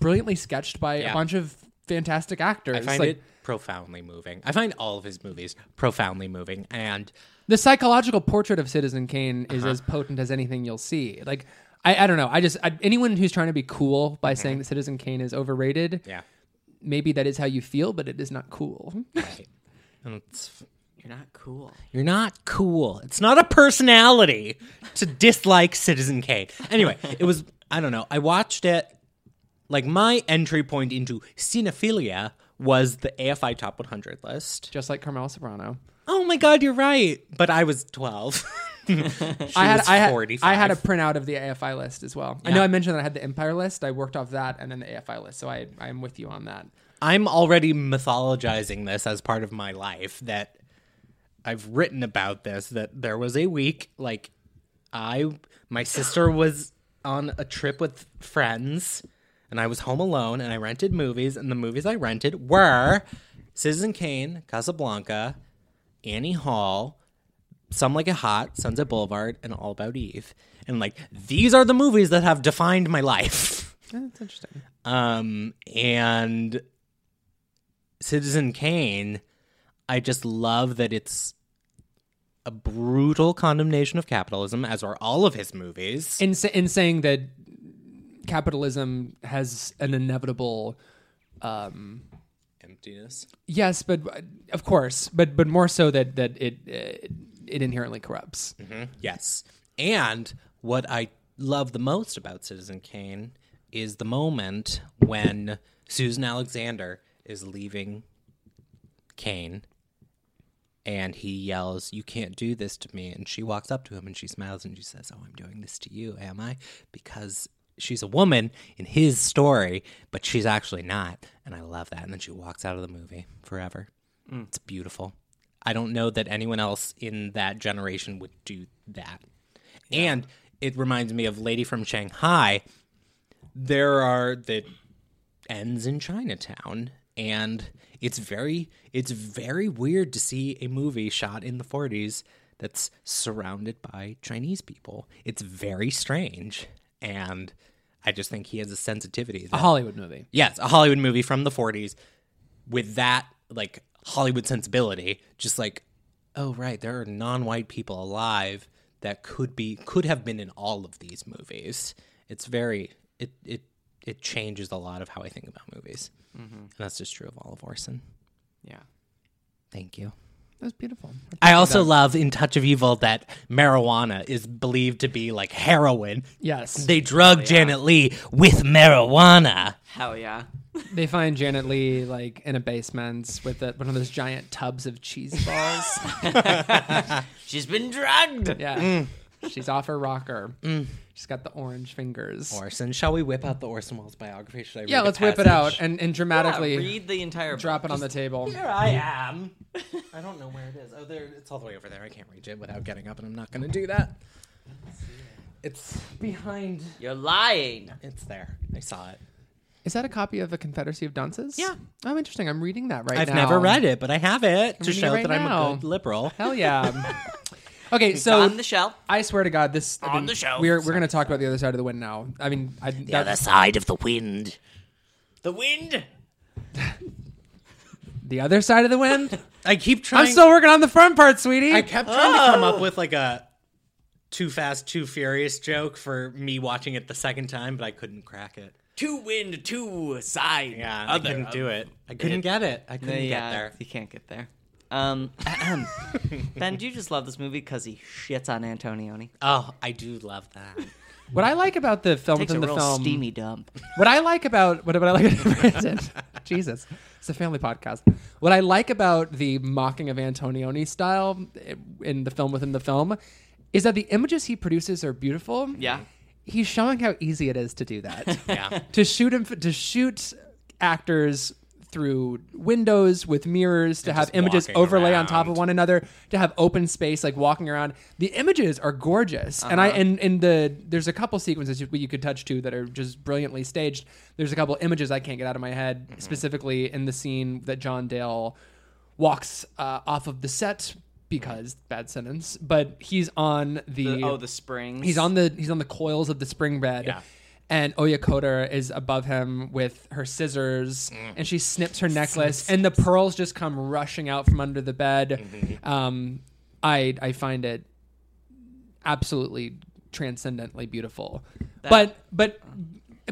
S1: brilliantly sketched by
S2: Yeah.
S1: a bunch of fantastic actors.
S2: I find
S1: like,
S2: it profoundly moving. I find all of his movies profoundly moving. And
S1: the psychological portrait of Citizen Kane
S2: Uh-huh.
S1: is as potent as anything you'll see. Like, I, I don't know. I just I, anyone who's trying to be cool by saying that Citizen Kane is overrated,
S2: Mm-hmm. yeah,
S1: maybe that is how you feel, but it is not cool.
S2: right. And it's,
S3: You're not cool.
S2: you're not cool. It's not a personality to dislike Citizen Kane. Anyway, it was I don't know. I watched it. Like my entry point into cinephilia was the AFI Top 100 list.
S1: Just like Carmel Soprano.
S2: Oh my god, you're right. But I was 12.
S1: I had,
S2: was
S1: I had
S2: 45.
S1: I had a printout of the AFI list as well. I know I mentioned that I had the Empire list. I worked off that and then the AFI list, so I I'm with you on that.
S2: I'm already mythologizing this as part of my life that I've written about this that there was a week like I my sister was on a trip with friends and I was home alone and I rented movies and the movies I rented were Citizen Kane, Casablanca, Annie Hall, Some Like It Hot, Sunset Boulevard, and All About Eve. And like these are the movies that have defined my life.
S1: Yeah, That's interesting.
S2: Um, and Citizen Kane, I just love that it's a brutal condemnation of capitalism, as are all of his movies.
S1: In sa- in saying that capitalism has an inevitable
S2: Emptiness.
S1: Yes, but uh, of course, but but more so that that it uh, it inherently corrupts.
S2: Yes. And what I love the most about Citizen Kane is the moment when Susan Alexander is leaving Kane and he yells, You can't do this to me. And she walks up to him and she smiles and she says, Oh, I'm doing this to you, am I? Because she's a woman in his story, but she's actually not. And I love that. And then she walks out of the movie forever. It's beautiful. I don't know that anyone else in that generation would do that. And it reminds me of Lady from Shanghai. There are the ends in Chinatown and it's very it's very weird to see a movie shot in the 40s that's surrounded by Chinese people. It's very strange and I just think he has a sensitivity.
S1: A
S2: That,
S1: Hollywood movie.
S2: yes, a Hollywood movie from the 40s with that like Hollywood sensibility just like oh right, there are non-white people alive that could be could have been in all of these movies. It's very it it it changes a lot of how I think about movies. And that's just true of Olive Orson.
S3: Yeah.
S2: Thank you.
S1: That was beautiful.
S2: I also love in Touch of Evil that marijuana is believed to be like heroin.
S1: Yes, they,
S2: They drug Janet Lee with marijuana.
S3: Hell yeah.
S1: they find Janet Lee like in a basement with a, one of those giant tubs of cheese balls.
S3: She's been drugged.
S1: yeah, she's off her rocker. She's got the orange fingers.
S2: Orson, shall we whip out the Orson Welles biography? Should I
S1: yeah,
S2: read a
S1: let's whip it
S2: passage?
S1: out and and dramatically
S3: Yeah, read the entire
S1: drop it on the table.
S2: Here I am. I don't know where it is. Oh, there. It's all the way over there. I can't reach it without getting up, and I'm not going to do that. It's behind.
S3: You're lying.
S2: It's there. I saw it.
S1: Is that a copy of the Confederacy of Dunces? Yeah. Oh, interesting. I'm reading that right
S2: I've
S1: now.
S2: never read it, but I have it to
S1: reading
S2: show
S1: it right
S2: that
S1: now.
S2: I'm a good liberal.
S1: Hell yeah. okay, so
S3: on the shelf.
S1: I swear to God, this I
S3: On
S1: mean,
S3: the shelf.
S1: We're we're going to talk about the other side of the wind now. I mean, I,
S4: the other
S1: that's
S4: side of the wind.
S3: The wind.
S1: the other side of the wind.
S2: I keep
S1: I'm Oh.
S2: trying.
S1: still working on the front part, sweetie.
S2: I kept trying to come up with like a too fast, too furious joke for me watching it the second time, but I couldn't crack it.
S3: Two wind, two side.
S2: Yeah,
S3: other.
S2: I couldn't do it. I couldn't get it. I couldn't
S3: yeah,
S1: uh,
S2: get there.
S3: You can't get there. Um, ben, do you just love this movie because he shits on Antonioni?
S2: Oh, I do love that.
S1: what I like about the film
S3: Takes
S1: within
S3: a
S1: the
S3: real
S1: film,
S3: steamy dump.
S1: what I like about what, what I like about Jesus, it's a family podcast. What I like about the mocking of Antonioni style in the film within the film is that the images he produces are beautiful.
S3: Yeah.
S1: he's showing how easy it is to do that.
S2: Yeah.
S1: to shoot him to shoot actors through windows with mirrors to have
S2: just
S1: images
S2: walking
S1: overlay on top of
S2: around.
S1: one another to have open space like walking around the images are gorgeous and
S2: Uh-huh.
S1: i and in the there's a couple sequences you, you could touch to that are just brilliantly staged there's a couple images i can't get out of my head
S2: Mm-hmm.
S1: specifically in the scene that john dale walks uh, off of the set because bad sentence but he's on the,
S3: oh, the springs.
S1: he's on the he's on the coils of the spring bed
S2: Yeah.
S1: and Oya Koder is above him with her scissors,
S2: Mm.
S1: and she snips her necklace, and the pearls just come rushing out from under the bed.
S2: Mm-hmm.
S1: Um, I I find it absolutely transcendently beautiful, but but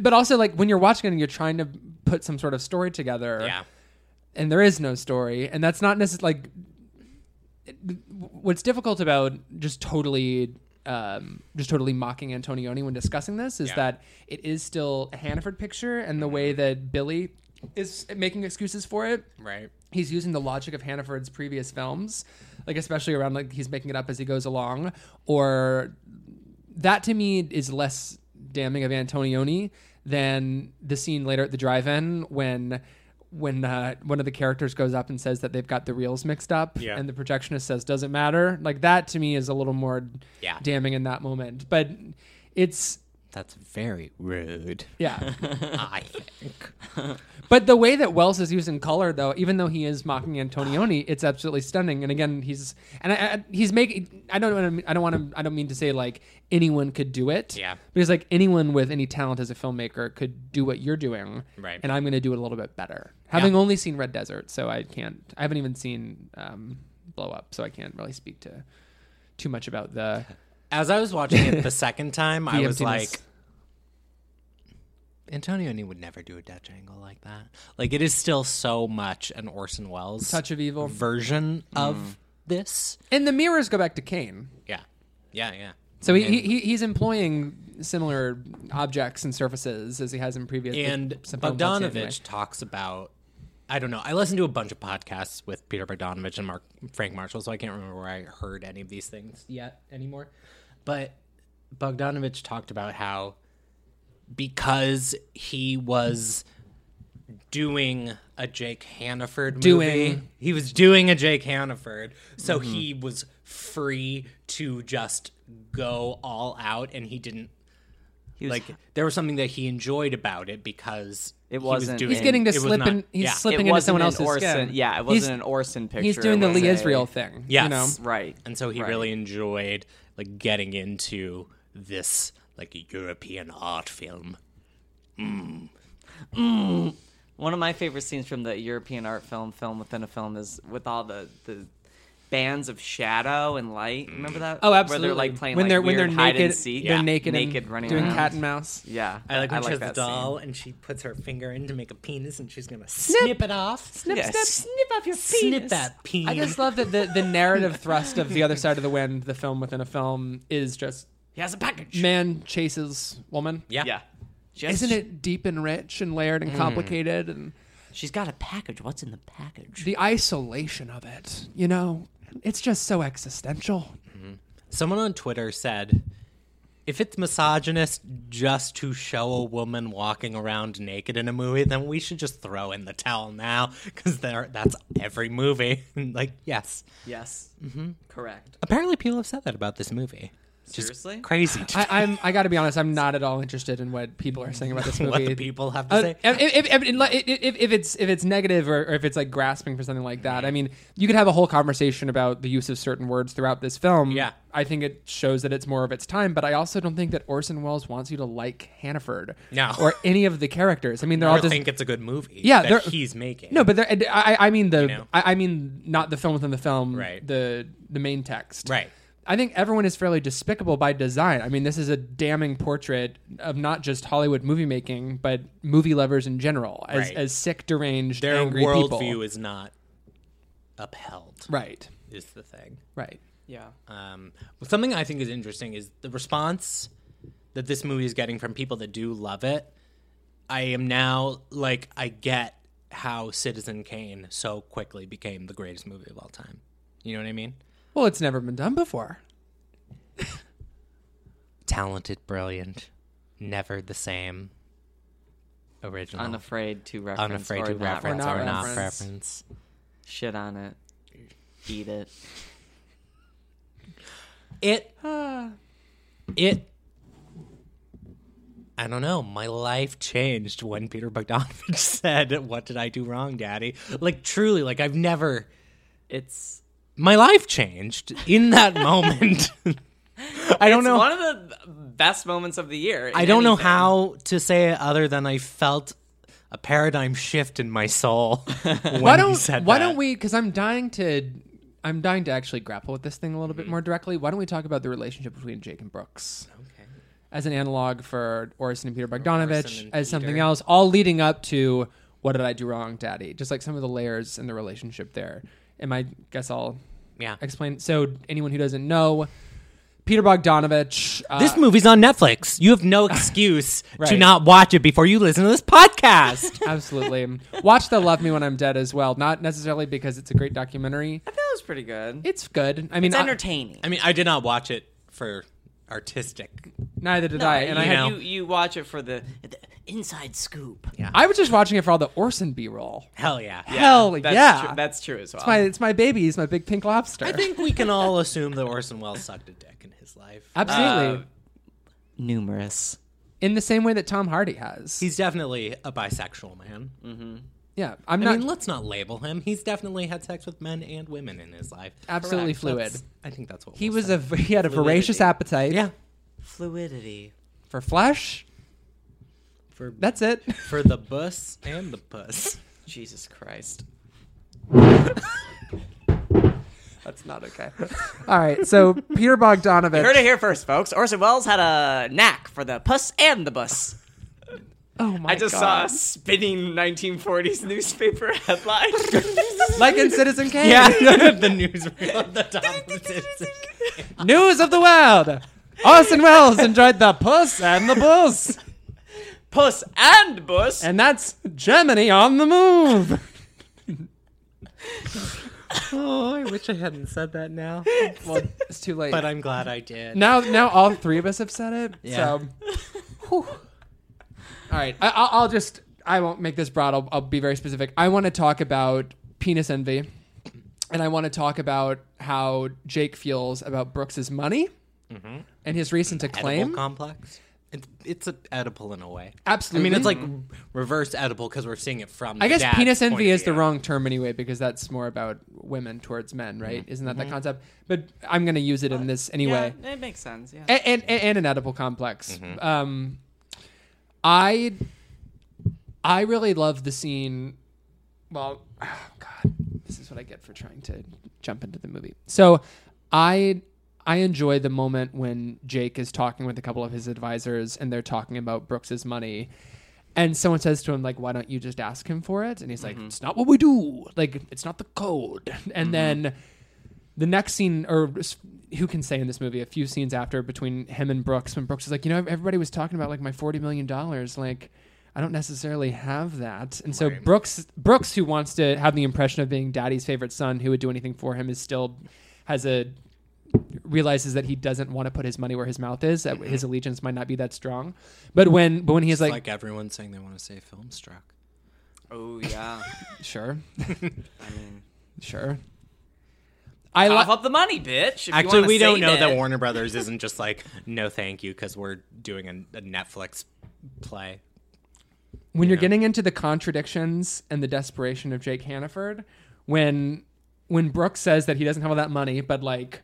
S1: but also like when you're watching it and you're trying to put some sort of story together,
S2: Yeah.
S1: and there is no story, and that's not necessarily like what's difficult about just totally um, just totally mocking Antonioni when discussing this is
S2: Yeah.
S1: that it is still a Hannaford picture, and the way that Billy is making excuses for it,
S2: Right.
S1: he's using the logic of Hannaford's previous films, like especially around like he's making it up as he goes along, or that to me is less damning of Antonioni than the scene later at the drive-in when when uh, one of the characters goes up and says that they've got the reels mixed up
S2: Yeah.
S1: and the projectionist says doesn't matter like that to me is a little more
S2: Yeah.
S1: damning in that moment but it's
S2: That's very rude.
S1: yeah
S2: I think.
S1: But the way that Wells is using color, though, even though he is mocking Antonioni, it's absolutely stunning. And again, he's and I, I, he's making. I don't. wanna- I don't want to. I don't mean to say like anyone could do it.
S2: Yeah.
S1: Because like anyone with any talent as a filmmaker could do what you're doing.
S2: Right.
S1: And I'm going to do it a little bit better. Having only seen Red Desert, so I can't. I haven't even seen um, Blow Up, so I can't really speak to too much about the.
S2: As I was watching it the second time, I
S1: The
S2: was
S1: emptiness.
S2: like, Antonioni would never do a Dutch angle like that. Like it is still so much an Orson Welles
S1: Touch of Evil.
S2: version of this.
S1: And the mirrors go back to Kane.
S2: Yeah, yeah, yeah.
S1: So he, he he's employing similar objects and surfaces as he has in previous.
S2: and
S1: some film books
S2: Bogdanovich
S1: anyway.
S2: talks about. I don't know. I listened to a bunch of podcasts with Peter Bogdanovich and Mark Frank Marshall, so I can't remember where I heard any of these things yet anymore. But Bogdanovich talked about how because he was doing a Jake Hannaford movie,
S1: Doing. Mm-hmm.
S2: he was doing a Jake Hannaford, so he was free to just go all out, and he didn't
S3: He was
S2: like there was something that he enjoyed about it because He
S3: It
S2: was
S3: wasn't
S2: doing,
S3: He's
S1: He's getting to
S2: it was
S1: slip
S2: not-
S1: in. He's
S2: yeah.
S3: it
S1: slipping into
S3: wasn't
S1: someone
S3: an
S1: else's
S3: Orson.
S1: skin.
S3: Yeah, it wasn't an Orson picture.
S1: He's doing
S3: it
S1: the
S3: was
S1: Lee
S3: a-
S1: Israel thing.
S2: Yes.
S1: You know?
S3: Right.
S2: and so he
S3: Right.
S2: really enjoyed like getting into this like European art film.
S3: One of my favorite scenes from the European art film, film within a film, is with all the the bands of shadow and light. Remember that?
S1: Oh, absolutely.
S3: Where they're like playing
S1: when
S3: like,
S1: they're when
S3: weird
S1: they're
S3: hide
S1: naked,
S3: and seek.
S1: they're
S2: Yeah.
S1: naked,
S3: naked
S1: and
S3: running
S1: doing
S3: around.
S1: cat and mouse.
S3: Yeah,
S2: I like when she has the
S3: that scene.
S2: doll and she puts her finger in to make a penis and she's gonna snip it off. Snip,
S3: Yeah, snip
S2: off your penis. Snip that penis.
S1: I just love that the, the narrative thrust of the other side of the wind, the film within a film, is just
S2: he has a package.
S1: man chases woman.
S2: yeah.
S3: Yeah. Mm. Just,
S1: Isn't it deep and rich and layered and complicated and
S3: She's got a package. What's in the package?
S1: the isolation of it? You know, it's just so existential.
S2: Someone on Twitter said, if it's misogynist just to show a woman walking around naked in a movie, then we should just throw in the towel now because that's every movie. like, yes.
S3: Yes. Correct.
S2: Apparently, people have said that about this movie. It's just
S3: Seriously?
S2: crazy. to
S1: I, I'm. I got to be honest. I'm not at all interested in what people are saying about this movie.
S2: what the people have to
S1: Uh,
S2: say.
S1: if, if, if, if- if it's if it's negative or, or if it's like grasping for something like that, I mean, you could have a whole conversation about the use of certain words throughout this film.
S2: Yeah.
S1: I think it shows that it's more of its time, but I also don't think that Orson Welles wants you to like Hannaford,
S2: No.
S1: or any of the characters. I mean, they're
S2: I
S1: all
S2: don't
S1: just
S2: think it's a good movie
S1: Yeah,
S2: that
S1: they're-
S2: he's making.
S1: no, but they're- and I I I mean the
S2: know?
S1: I, I mean not the film within the film,
S2: Right.
S1: The the main text,
S2: Right.
S1: I think everyone is fairly despicable by design. I mean, this is a damning portrait of not just Hollywood movie making, but movie lovers in general, as,
S2: Right.
S1: as sick, deranged,
S2: their
S1: angry people.
S2: worldview is not upheld,
S1: Right,
S2: is the thing.
S1: right.
S3: Yeah.
S2: Um, but something I think is interesting is the response that this movie is getting from people that do love it. I am now like I get how Citizen Kane so quickly became the greatest movie of all time. You know what I mean?
S1: Well, it's never been done before.
S2: Talented, brilliant, never the same. Original,
S3: Unafraid to reference.
S2: unafraid to
S3: or not
S2: reference
S1: not
S2: or not
S1: reference.
S2: reference.
S3: Shit on it. Eat it.
S2: It
S1: Ah.
S2: it I don't know. My life changed when Peter Bogdanovich said, "What did I do wrong, Daddy?" Like truly, like I've never.
S3: It's.
S2: My life changed in that moment. I don't
S3: it's
S2: know.
S3: One of the best moments of the year. in
S2: I don't know
S3: anything.
S2: how to say it other than I felt a paradigm shift in my soul. When
S1: why
S2: you
S1: don't
S2: said
S1: why
S2: that.
S1: don't we? Because I'm dying to, I'm dying to actually grapple with this thing a
S2: Mm-hmm.
S1: little bit more directly. Why don't we talk about the relationship between Jake and Brooks
S2: Okay.
S1: as an analog for Orson and Peter Bogdanovich
S2: and
S1: as something
S2: Peter.
S1: else, all leading up to what did I do wrong, Daddy? Just like some of the layers in the relationship there. And I guess I'll
S2: Yeah.
S1: explain. So anyone who doesn't know, Peter Bogdanovich. Uh,
S2: This movie's on Netflix. You have no excuse to
S1: Right.
S2: not watch it before you listen to this podcast.
S1: Absolutely. Watch the Love Me When I'm Dead as well. Not necessarily because it's a great documentary.
S3: I thought it was pretty good.
S1: It's good. I mean,
S3: It's
S1: I-
S3: entertaining.
S2: I mean, I did not watch it for artistic.
S1: neither did I. And I
S2: you
S1: had
S2: know.
S3: you, you watch it for the, the inside scoop. Yeah.
S1: I was just watching it for all the Orson B-roll.
S2: Hell yeah.
S1: Hell
S3: that's
S1: yeah.
S3: True. That's true as well.
S1: It's my it's my baby. It's my big pink lobster.
S2: I think we can all assume that Orson Welles sucked a dick in his life.
S1: absolutely
S3: Uh, Numerous.
S1: in the same way that Tom Hardy has.
S2: He's definitely a bisexual man.
S1: yeah, I'm
S2: I
S1: not.
S2: mean, let's not label him. He's definitely had sex with men and women in his life.
S1: Absolutely fluid.
S2: That's- I think that's what
S1: he
S2: we'll
S1: was
S2: say.
S1: a he had a voracious
S3: Fluidity.
S1: appetite.
S2: yeah
S3: Fluidity.
S1: for flesh.
S2: for
S1: That's it.
S2: for the bus and the puss.
S3: Jesus Christ.
S1: That's not okay. all right, so Peter Bogdanovich.
S3: Heard it here first, folks. Orson Welles had a knack for the puss and the bus.
S1: oh my
S3: I just saw a
S1: God.
S3: spinning 1940s newspaper headline.
S1: like in Citizen Kane.
S2: Yeah, the newsreel at the top. Of this.
S1: News of the world. Orson Welles enjoyed the puss and the bus,
S3: puss and bus.
S1: and that's Germany on the move.
S2: Oh, I wish I hadn't said that now,
S1: Well, it's too late.
S2: but I'm glad I did.
S1: now now all three of us have said it.
S2: Yeah.
S1: So, Whew. all right, I, I'll, I'll just I won't make this broad. I'll, I'll be very specific. I want to talk about penis envy, and I want to talk about how Jake feels about Brooks's money and his recent acclaim.
S2: Oedipal complex. It's it's a edible in a way. I
S1: Absolutely.
S2: mean, it's like reverse edible because we're seeing it from.
S1: I guess
S2: dad's
S1: penis
S2: point
S1: envy
S2: of
S1: is the
S2: view.
S1: wrong term anyway because that's more about women towards men, right?
S2: Mm-hmm.
S1: Isn't that the concept? But I'm going to use it in this anyway.
S3: Yeah, it makes sense. Yeah.
S1: and, and, and an edible complex. Um, I I really love the scene. Well, oh God, this is what I get for trying to jump into the movie. So I I enjoy the moment when Jake is talking with a couple of his advisors and they're talking about Brooks's money. And someone says to him, like, why don't you just ask him for it? And he's like, it's not what we do. Like, it's not the code. And then the next scene, or s- who can say in this movie, a few scenes after between him and Brooks, when Brooks is like, you know, everybody was talking about like my forty million dollars, like I don't necessarily have that, and so Brooks, Brooks, who wants to have the impression of being Daddy's favorite son, who would do anything for him, is still has a realizes that he doesn't want to put his money where his mouth is, that his allegiance might not be that strong, but when but when he's
S2: It's
S1: like,
S2: like everyone saying they want to say Filmstruck.
S3: oh yeah.
S1: sure,
S3: I mean,
S1: sure, I
S3: cough
S1: love.
S3: up the money, bitch. if you
S2: Actually,
S3: wanna
S2: we don't
S3: save
S2: know
S3: it.
S2: that Warner Brothers isn't just like no, thank you, because we're doing a, a Netflix play.
S1: when you're getting into the contradictions and the desperation of Jake Hannaford, when when Brooks says that he doesn't have all that money, but like,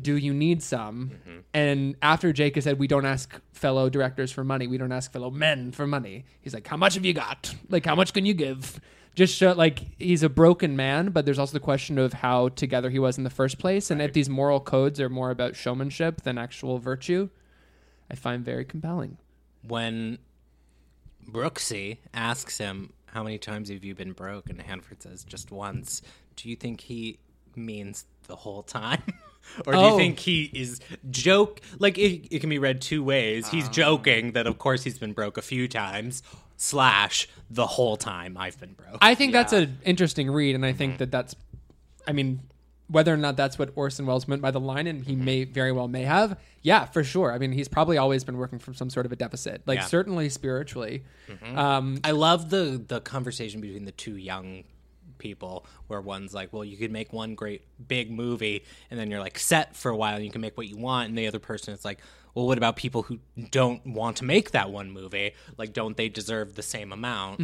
S1: do you need some? And after Jake has said, we don't ask fellow directors for money, we don't ask fellow men for money. He's like, how much have you got? Like, how much can you give? Just show like he's a broken man, but there's also the question of how together he was in the first place, and if these moral codes are more about showmanship than actual virtue, I find very compelling.
S2: when Brooksy asks him, How many times have you been broke? and Hanford says, Just once. Do you think he means the whole time? or do
S1: Oh.
S2: you think he is joke? Like, it, it can be read two ways. He's joking that, of course, he's been broke a few times, slash, the whole time I've been broke.
S1: I think that's an interesting read, and I think that that's, I mean, whether or not that's what Orson Welles meant by the line, and he may very well may have, yeah, for sure. I mean, he's probably always been working from some sort of a deficit, like
S2: Yeah.
S1: certainly spiritually. Um,
S2: I love the the conversation between the two young people where one's like, "Well, you could make one great big movie and then you're like set for a while and you can make what you want." And the other person is like, "Well, what about people who don't want to make that one movie? Like don't they deserve the same amount?"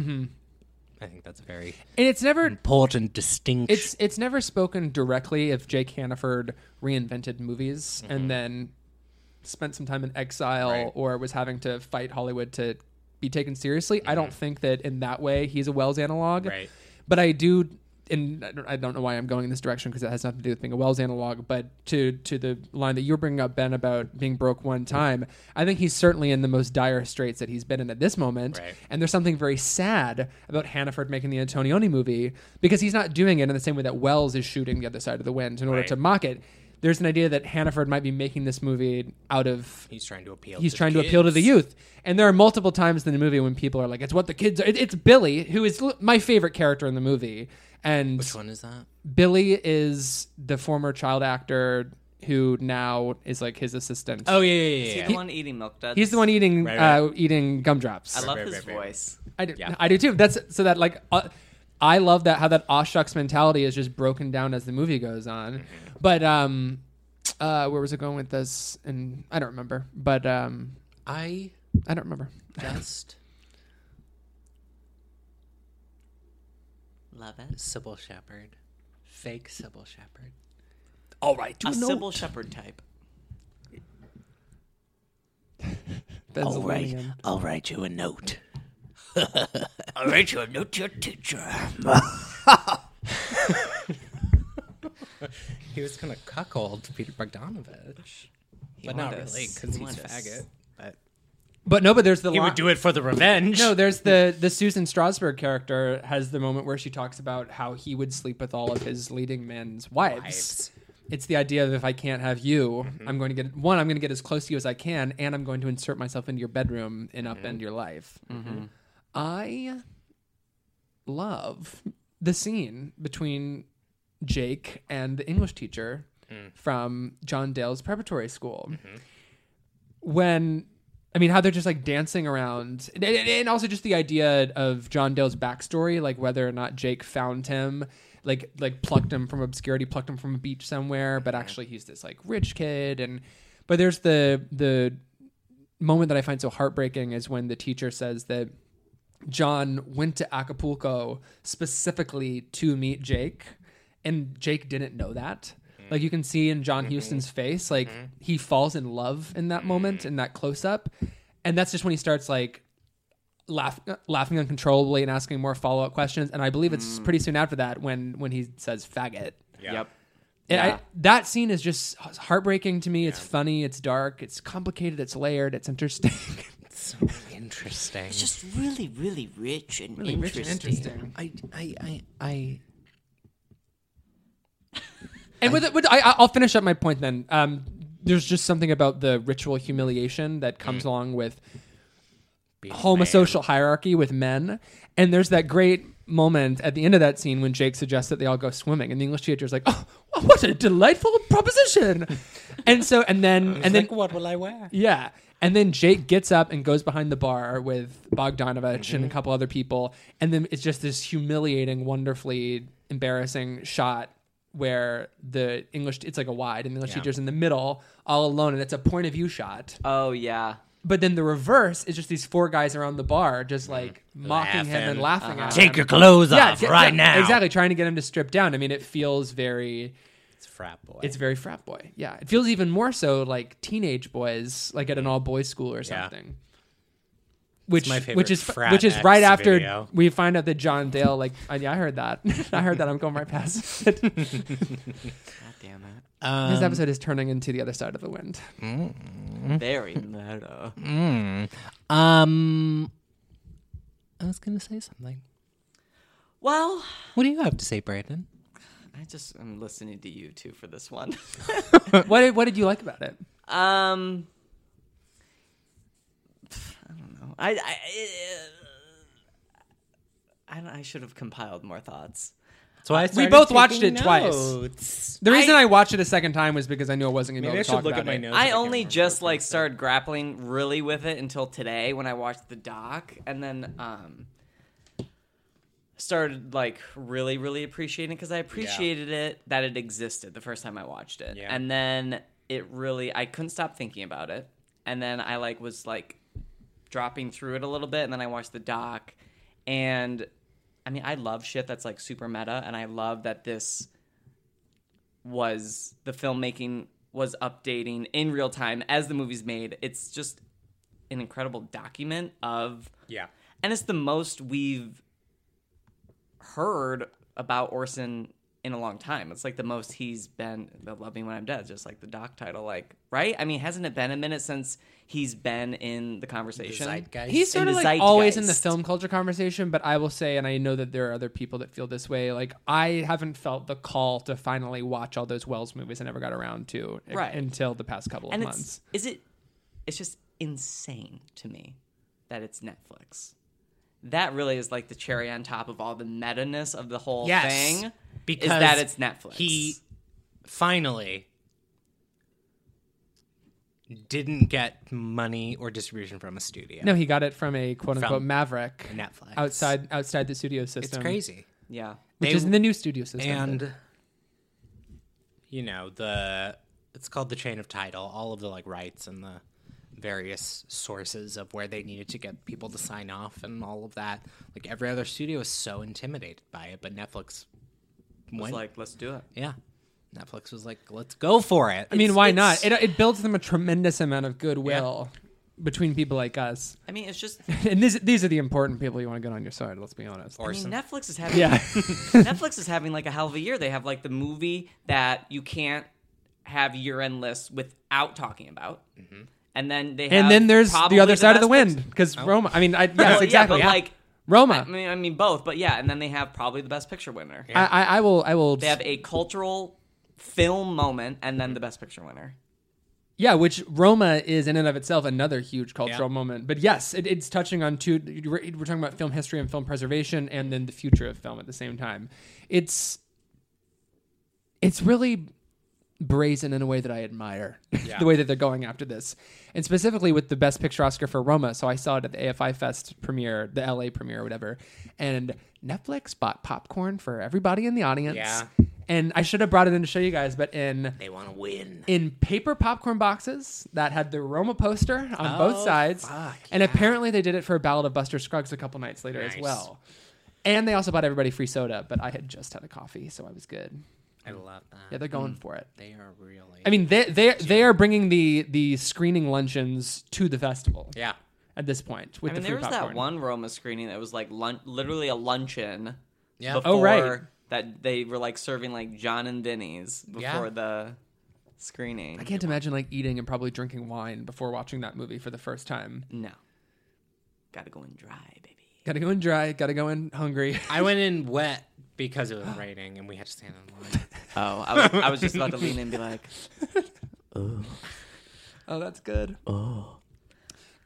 S2: I think that's a very
S1: and it's never.
S2: important distinction.
S1: It's it's never spoken directly if Jake Hannaford reinvented movies and then spent some time in exile
S2: Mm-hmm. Right.
S1: or was having to fight Hollywood to be taken seriously. I don't think that in that way he's a Wells analog.
S2: Mm-hmm. Right.
S1: But I do, and I don't- I don't know why I'm going in this direction because it has nothing to do with being a Wells analog. But to to the line that you were bringing up, Ben, about being broke one
S2: Mm-hmm.
S1: time, I think he's certainly in the most dire straits that he's been in at this moment.
S2: Right.
S1: And there's something very sad about Hannaford making the Antonioni movie because he's not doing it in the same way that Wells is shooting The Other Side of the Wind in order
S2: Right.
S1: to mock it. There's an idea that Hannaford might be making this movie out of
S2: He's trying to appeal.
S1: he's
S2: to
S1: trying
S2: the
S1: to appeal to the
S2: kids.
S1: youth. And there are multiple times in the movie when people are like, "It's what the kids are." It- It's Billy, who is l- my favorite character in the movie, and
S2: Which one is that?
S1: Billy is the former child actor who now is like his assistant.
S2: Oh yeah, yeah, yeah.
S3: Is he
S2: yeah.
S3: the one eating milk duds?
S1: he's the one eating
S2: Right, right.
S1: Uh, eating gumdrops.
S3: I love
S2: Right, right, right,
S3: his
S2: right.
S3: voice.
S1: I do,
S2: Yeah.
S1: I do too. That's so that like. Uh, I love that how that aw shucks mentality is just broken down as the movie goes
S2: Mm-hmm.
S1: on. But um uh where was it going with this and I don't remember. But um
S2: I
S1: I don't remember.
S2: just
S3: Love it.
S2: Sybil Shepherd, fake Sybil Shepherd.
S1: All right.
S3: A Sybil Shepherd type.
S2: Oh,
S1: Ben's leaning in.
S2: I'll write you a note. I'll write you a note to your teacher. he was gonna cuckold Peter Bogdanovich, but not
S3: wanted us-
S2: really because he's
S3: he wanted us.
S2: faggot. But
S1: But no, but there's the
S2: he
S1: li-
S2: would do it for the revenge.
S1: No, there's the the Susan Strasberg character has the moment where she talks about how he would sleep with all of his leading men's wives.
S2: Wives.
S1: It's the idea of if I can't have you, I'm going to get one. I'm going to get as close to you as I can, and I'm going to insert myself into your bedroom and upend your life. I love the scene between Jake and the English teacher from John Dale's preparatory school. When I mean, how they're just like dancing around, and, and- and also just the idea of John Dale's backstory, like whether or not Jake found him, like like plucked him from obscurity, plucked him from a beach somewhere, but actually he's this like rich kid, and but there's the the moment that I find so heartbreaking is when the teacher says that John went to Acapulco specifically to meet Jake, and Jake didn't know that. Like you can see in John Houston's face, like he falls in love in that moment, in that close up, and that's just when he starts like laugh, laughing uncontrollably and asking more follow up questions. And I believe it's pretty soon after that when when he says "faggot."
S2: Yeah.
S3: Yep.
S1: And I,
S3: Yeah.
S1: that scene is just heartbreaking to me. It's funny. It's dark. It's complicated. It's layered. It's interesting.
S2: So interesting.
S3: Just really, really rich and interesting.
S2: I, I, I, I.
S1: And with, with I, I'll finish up my point then. Um, there's just something about the ritual humiliation that comes along with
S2: Being
S1: homosocial hierarchy with men. And there's that great moment at the end of that scene when Jake suggests that they all go swimming, and the English teacher's like, "Oh, what a delightful proposition!" and so, and then, and then,
S2: what will I wear?
S1: yeah. And then Jake gets up and goes behind the bar with Bogdanovich
S2: Mm-hmm.
S1: and a couple other people. And then it's just this humiliating, wonderfully embarrassing shot where the English, it's like a wide, and the English teacher's in the middle all alone. And it's a point of view shot.
S3: Oh yeah.
S1: But then the reverse is just these four guys around the bar, just like mocking him and
S2: Mm. Laughing.
S1: laughing at him.
S2: Take your clothes off
S1: yeah,
S2: right
S1: yeah,
S2: now.
S1: Exactly. Trying to get him to strip down. I mean, it feels very.
S2: It's frat boy.
S1: It's very frat boy. Yeah. It feels even more so like teenage boys, like at an all boys school or
S2: Yeah.
S1: something. Which
S2: my favorite
S1: which is
S2: frat
S1: which is
S2: X
S1: right after
S2: video.
S1: we find out that John Dale like I, yeah, I heard that I heard that I'm going right past it. this
S3: God damn it.
S2: um,
S1: episode is turning into the other side of the wind.
S3: Very meta.
S2: um, I was gonna say something.
S3: Well,
S2: What do you have to say, Brandon?
S3: I just am listening to you two for this one.
S1: what did, what did you like about it?
S3: Um, I don't know. I I I, don't, I should have compiled more thoughts.
S2: So I
S1: started both watched it taking twice.
S2: twice.
S1: The reason I,
S3: I-
S1: watched it a second time was because I knew I wasn't going to be
S2: Maybe I
S1: able to
S2: should
S1: talk
S2: look
S1: about
S2: at my
S1: it.
S2: notes.
S3: I
S2: if can't
S3: only
S2: remember
S3: just
S2: what
S3: like
S2: they said.
S3: started grappling really with it until today when I watched the doc, and then um started like really really appreciating because I appreciated it that it existed the first time I watched it,
S2: Yeah.
S3: and then it really I couldn't stop thinking about it, and then I like was like dropping through it a little bit, and then I watched the doc, and I mean I love shit that's like super meta, and I love that this was the filmmaking was updating in real time as the movie's made. It's just an incredible document of
S2: Yeah.
S3: and it's the most we've heard about Orson in a long time. It's like the most he's been the Love Me When I'm Dead, just like the doc title, like right? I mean, hasn't it been a minute since he's been in the conversation?
S2: Zeitgeist.
S1: He's sort
S3: in
S1: of
S3: the
S1: like always in the
S3: zeitgeist.
S1: film culture conversation, but I will say, and I know that there are other people that feel this way. Like I haven't felt the call to finally watch all those Wells movies I never got around to i-
S3: Right.
S1: until the past couple of
S3: and
S1: months.
S3: it's is it it's just insane to me that it's Netflix. That really is like the cherry on top of all the meta ness of the whole
S2: Yes,
S3: thing.
S2: because
S3: is that it's Netflix.
S2: He finally didn't get money or distribution from a studio.
S1: No, he got it from a quote unquote
S2: From
S1: maverick
S2: Netflix.
S1: outside outside the studio system.
S2: It's crazy.
S3: yeah.
S1: which
S2: They-
S1: is in the new studio system.
S2: and you know the it's called the chain of title all of the like rights and the various sources of where they needed to get people to sign off and all of that like every other studio is so intimidated by it but netflix
S3: It's
S2: went
S3: like let's do it.
S2: yeah netflix was like let's go for it
S1: I mean, why not? It it builds them a tremendous amount of goodwill between people like us.
S3: I mean, it's just
S1: And these these are the important people you want to get on your side. Let's be honest.
S3: I mean,
S2: Orson.
S3: Netflix is having
S1: Yeah.
S3: Netflix is having like a hell of a year. They have like the movie that you can't have year end lists without talking about, and then they have
S1: Mm-hmm. and then there's
S3: probably
S1: the other side of the
S3: best
S1: wind because Roma. I mean, I, yes,
S3: Well, Oh. yeah,
S1: exactly.
S3: but, like,
S1: Roma.
S3: I mean, I mean both, but yeah, and then they have probably the best picture winner.
S1: I, I, I will. I will.
S3: They have a cultural film moment, and then the best picture winner.
S1: yeah, which Roma is in and of itself another huge cultural
S2: Yeah.
S1: moment. But yes, it, it's touching on two. We're, we're talking about film history and film preservation, and then the future of film at the same time. It's it's really brazen in a way that I admire. the way that they're going after this, and specifically with the Best Picture Oscar for Roma. So I saw it at the AFI Fest premiere, the LA premiere, or whatever. And Netflix bought popcorn for everybody in the audience.
S2: Yeah.
S1: And I should have brought it in to show you guys, but in
S2: they want to win
S1: in paper popcorn boxes that had the Roma poster on
S3: Oh,
S1: both sides.
S2: fuck,
S1: and apparently they did it for a Ballad of Buster Scruggs a couple nights later as
S2: Nice.
S1: well. And they also bought everybody free soda, but I had just had a coffee, so I was good.
S2: i love that
S1: Yeah, they're
S3: Mm.
S1: going for it.
S2: they are really
S1: I mean, they they they are bringing the the screening luncheons to the festival
S2: yeah
S1: at this point with
S3: I mean,
S1: the
S3: there
S1: free
S3: was
S1: popcorn.
S3: that one Roma screening that was like lun- literally a luncheon.
S2: Yeah.
S3: Before
S1: Oh, right.
S3: That they were like serving like John and Vinny's before
S2: Yeah.
S3: the screening.
S1: I can't imagine like eating and probably drinking wine before watching that movie for the first time.
S3: No. Gotta go in dry, baby.
S1: Gotta go in dry. Gotta go in hungry.
S2: i went in wet because it was raining and we had to stand in line
S3: Oh, I was, I was just about to lean in and be like,
S1: Oh, that's good. Oh.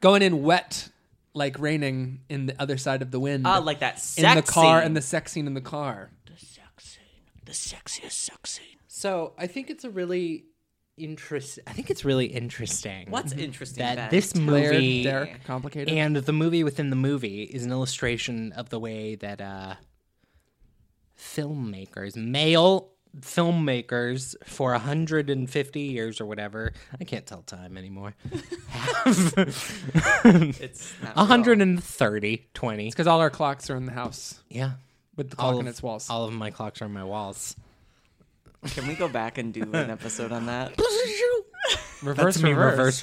S1: Going in wet, like raining in the other side of the wind.
S2: Ah,
S3: oh, like that sex
S1: in the car
S3: scene.
S1: and the sex scene in the car.
S3: the sexiest sex scene.
S2: So I think it's a really interest. I think it's really interesting.
S3: What's interesting
S2: that
S3: Ben?
S2: this
S1: Laird,
S2: movie
S1: Derek, complicated.
S2: and the movie within the movie is an illustration of the way that uh, filmmakers, male filmmakers, for hundred and fifty years or whatever, I can't tell time anymore.
S3: It's not real.
S2: 130, 20.
S1: because all our clocks are in the house
S2: Yeah.
S1: with the clock
S2: All
S1: on
S2: of,
S1: its walls.
S2: all of my clocks are on my walls.
S3: Can we go back and do an episode on that?
S1: reverse,
S2: me
S1: reverse,
S2: reverse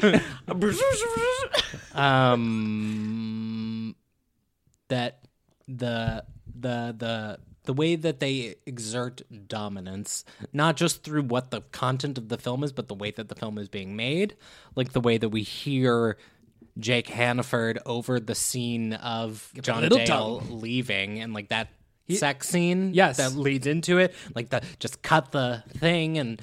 S1: TNUC.
S2: um that the the the the way that they exert dominance not just through what the content of the film is but the way that the film is being made like the way that we hear Jake Hannaford over the scene of John
S1: little
S2: Dale
S1: tongue.
S2: leaving and like that sex scene
S1: Yes.
S2: that leads into it like the just cut the thing and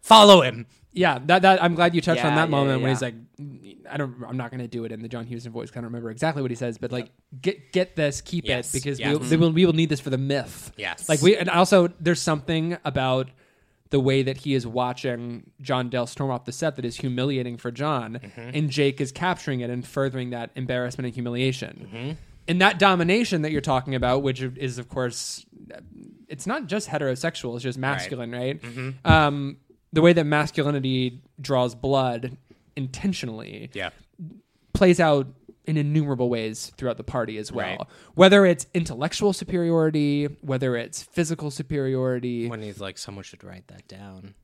S2: follow him
S1: yeah, that, that I'm glad you touched on
S3: Yeah,
S1: that
S3: yeah,
S1: moment when
S3: yeah, yeah.
S1: he's like, I don't, I'm not going to do it in the John Houston voice. 'cause I don't remember exactly what he says, but like, get get this, keep
S2: Yes,
S1: it because
S2: yeah.
S3: Mm-hmm.
S1: we, will, we will need this for the myth.
S2: Yes.
S1: like we, and also there's something about the way that he is watching John Dell storm off the set that is humiliating for John,
S3: Mm-hmm.
S1: and Jake is capturing it and furthering that embarrassment and humiliation.
S3: Mm-hmm.
S1: And that domination that you're talking about, which is of course it's not just heterosexual; it's just masculine, right?
S2: Mm-hmm.
S1: Um, the way that masculinity draws blood intentionally
S2: yeah
S1: plays out in innumerable ways throughout the party as well.
S2: Right.
S1: Whether it's intellectual superiority, whether it's physical superiority,
S2: when he's like someone should write that down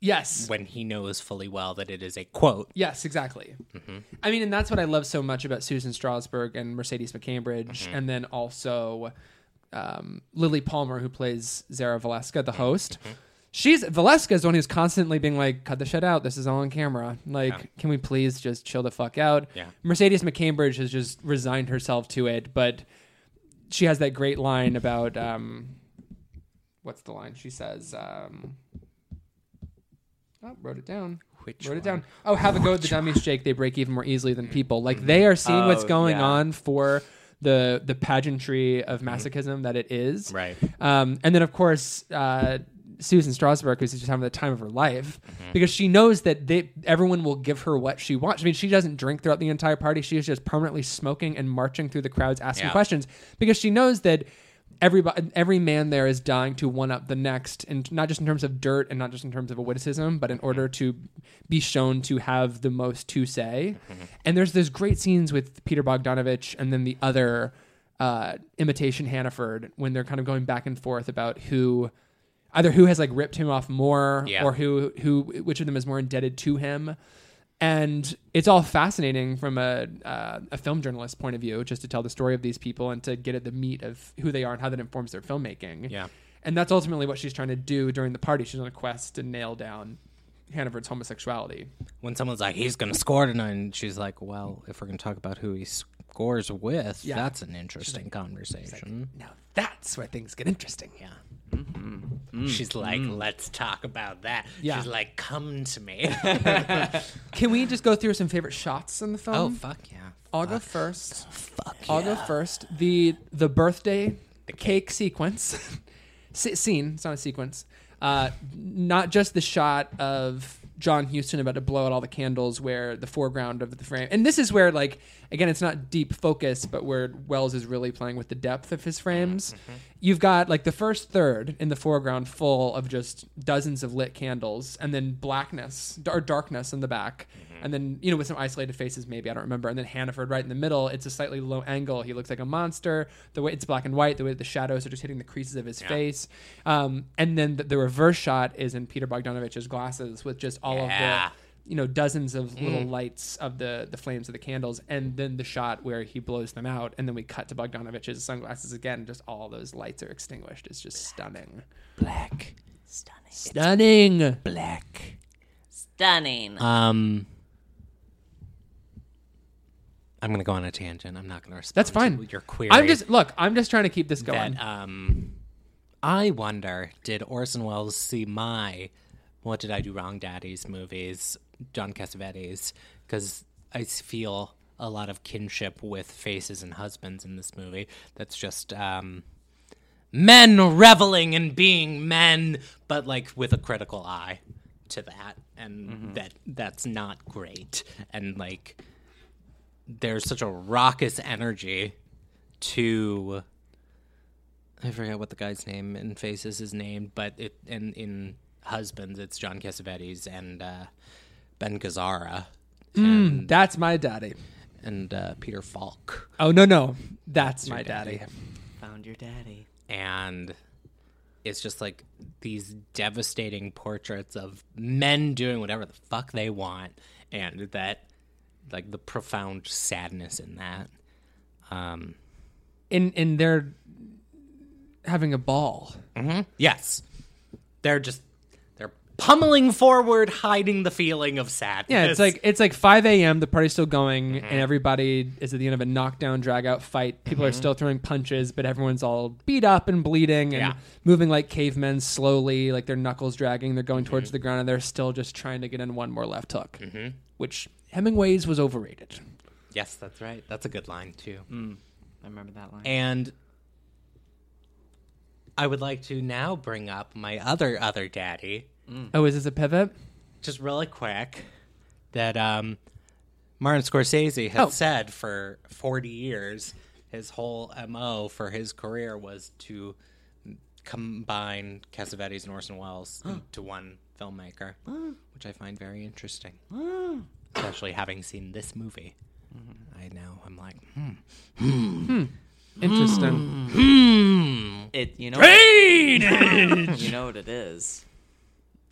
S1: Yes.
S2: when he knows fully well that it is a quote.
S1: Yes, exactly.
S2: Mm-hmm.
S1: I mean, and that's what I love so much about Susan Strasberg and Mercedes McCambridge,
S2: Mm-hmm.
S1: and then also um, Lily Palmer, who plays Zara Valeska,
S2: Mm-hmm.
S1: the host. She's Valeska is the one who's constantly being like, "Cut the shit out. This is all on camera. Like, can we please just chill the fuck out?"
S2: Yeah.
S1: Mercedes McCambridge has just resigned herself to it, but she has that great line about um, what's the line? She says, um, "Oh, wrote it down."
S2: Which
S1: Wrote it down. Oh, have a go at the dummies, Jake. They break even more easily than people. Like they are seeing what's
S3: Oh,
S1: going
S3: yeah.
S1: on for the the pageantry of masochism that it is.
S2: Right.
S1: Um, and then of course uh, Susan Strasberg, who's just having the time of her life, because she knows that they everyone will give her what she wants. I mean, she doesn't drink throughout the entire party. She is just permanently smoking and marching through the crowds asking
S2: Yeah.
S1: questions because she knows that. Everybody, every man there is dying to one up the next, and not just in terms of dirt, and not just in terms of a witticism, but in order to be shown to have the most to say. And there's those great scenes with Peter Bogdanovich, and then the other uh, imitation Hannaford when they're kind of going back and forth about who either who has like ripped him off more
S2: Yeah.
S1: or who who which of them is more indebted to him and it's all fascinating from a uh, a film journalist point of view just to tell the story of these people and to get at the meat of who they are and how that informs their filmmaking
S2: Yeah.
S1: and that's ultimately what she's trying to do during the party she's on a quest to nail down Hannaford's homosexuality
S2: When someone's like, he's going to score tonight, and she's like, well, if we're going to talk about who he scores with,
S1: Yeah. "Mm,
S2: that's an interesting conversation.
S1: now that's where things get interesting yeah
S2: She's like, let's talk about that.
S1: Yeah.
S2: She's like, come to me.
S1: can we just go through some favorite shots in the film
S2: oh, fuck yeah.
S1: I'll go first
S2: Fuck
S1: I'll go first. The the birthday the cake sequence Se- scene. It's not a sequence. Uh, not just the shot of John Houston about to blow out all the candles, where the foreground of the frame, and this is where like again, it's not deep focus, but where Wells is really playing with the depth of his frames.
S2: Mm-hmm.
S1: You've got like the first third in the foreground full of just dozens of lit candles, and then blackness or darkness in the back, and then you know with some isolated faces maybe I don't remember, and then Hannaford right in the middle. It's a slightly low angle. He looks like a monster. The way it's black and white, the way the shadows are just hitting the creases of his face, um, and then the, the reverse shot is in Peter Bogdanovich's glasses with just all
S2: Yeah.
S1: of the you know dozens of little lights of the the flames of the candles and then the shot where he blows them out and then we cut to Bogdanovich's sunglasses again just all those lights are extinguished it's just stunning
S2: Black.
S1: stunning
S2: Black.
S3: Stunning.
S1: Uh,
S2: Um, I'm gonna go on a tangent. I'm not gonna respond.
S1: That's fine.
S2: To your query.
S1: I'm just look I'm just trying to keep this going
S2: that, um, I wonder, did Orson Welles see my "What Did I Do Wrong, Daddy's" movies, John Cassavetes? Because I s- feel a lot of kinship with faces and husbands in this movie. That's just um, men reveling in being men, but like with a critical eye to that, and that that's not great. And like, there's such a raucous energy to I forgot what the guy's name in Faces is named, but it in in Husbands it's John Cassavetes and uh, Ben Gazzara
S1: Hmm.
S2: and,
S1: that's my daddy
S2: and uh, Peter Falk
S1: oh no no that's my daddy.
S3: Found your daddy.
S2: and it's just like these devastating portraits of men doing whatever the fuck they want and that like the profound sadness in that um
S1: in in their having a ball
S2: yes they're just they're pummeling forward hiding the feeling of sadness
S1: Yeah, it's like it's like 5 a.m. The party's still going, and everybody is at the end of a knockdown, drag-out fight. People are still throwing punches, but everyone's all beat up and bleeding and
S2: Yeah.
S1: moving like cavemen slowly, like their knuckles dragging. They're going towards the ground, and they're still just trying to get in one more left hook, which Hemingway's was overrated.
S2: Yes, that's right. That's a good line too.
S3: I remember that line.
S2: And I would like to now bring up my other other daddy,
S1: Oh, is this a pivot?
S2: just really quick, that um, Martin Scorsese had
S1: Oh.
S2: said for forty years. His whole mo for his career was to combine Cassavetes and Orson Welles into one filmmaker,
S1: Ah.
S2: which I find very interesting. Especially having seen this movie,
S1: Mm-hmm.
S2: I now I'm like, hmm.
S1: Interesting.
S2: hmm.
S3: It you know what- you know what it is.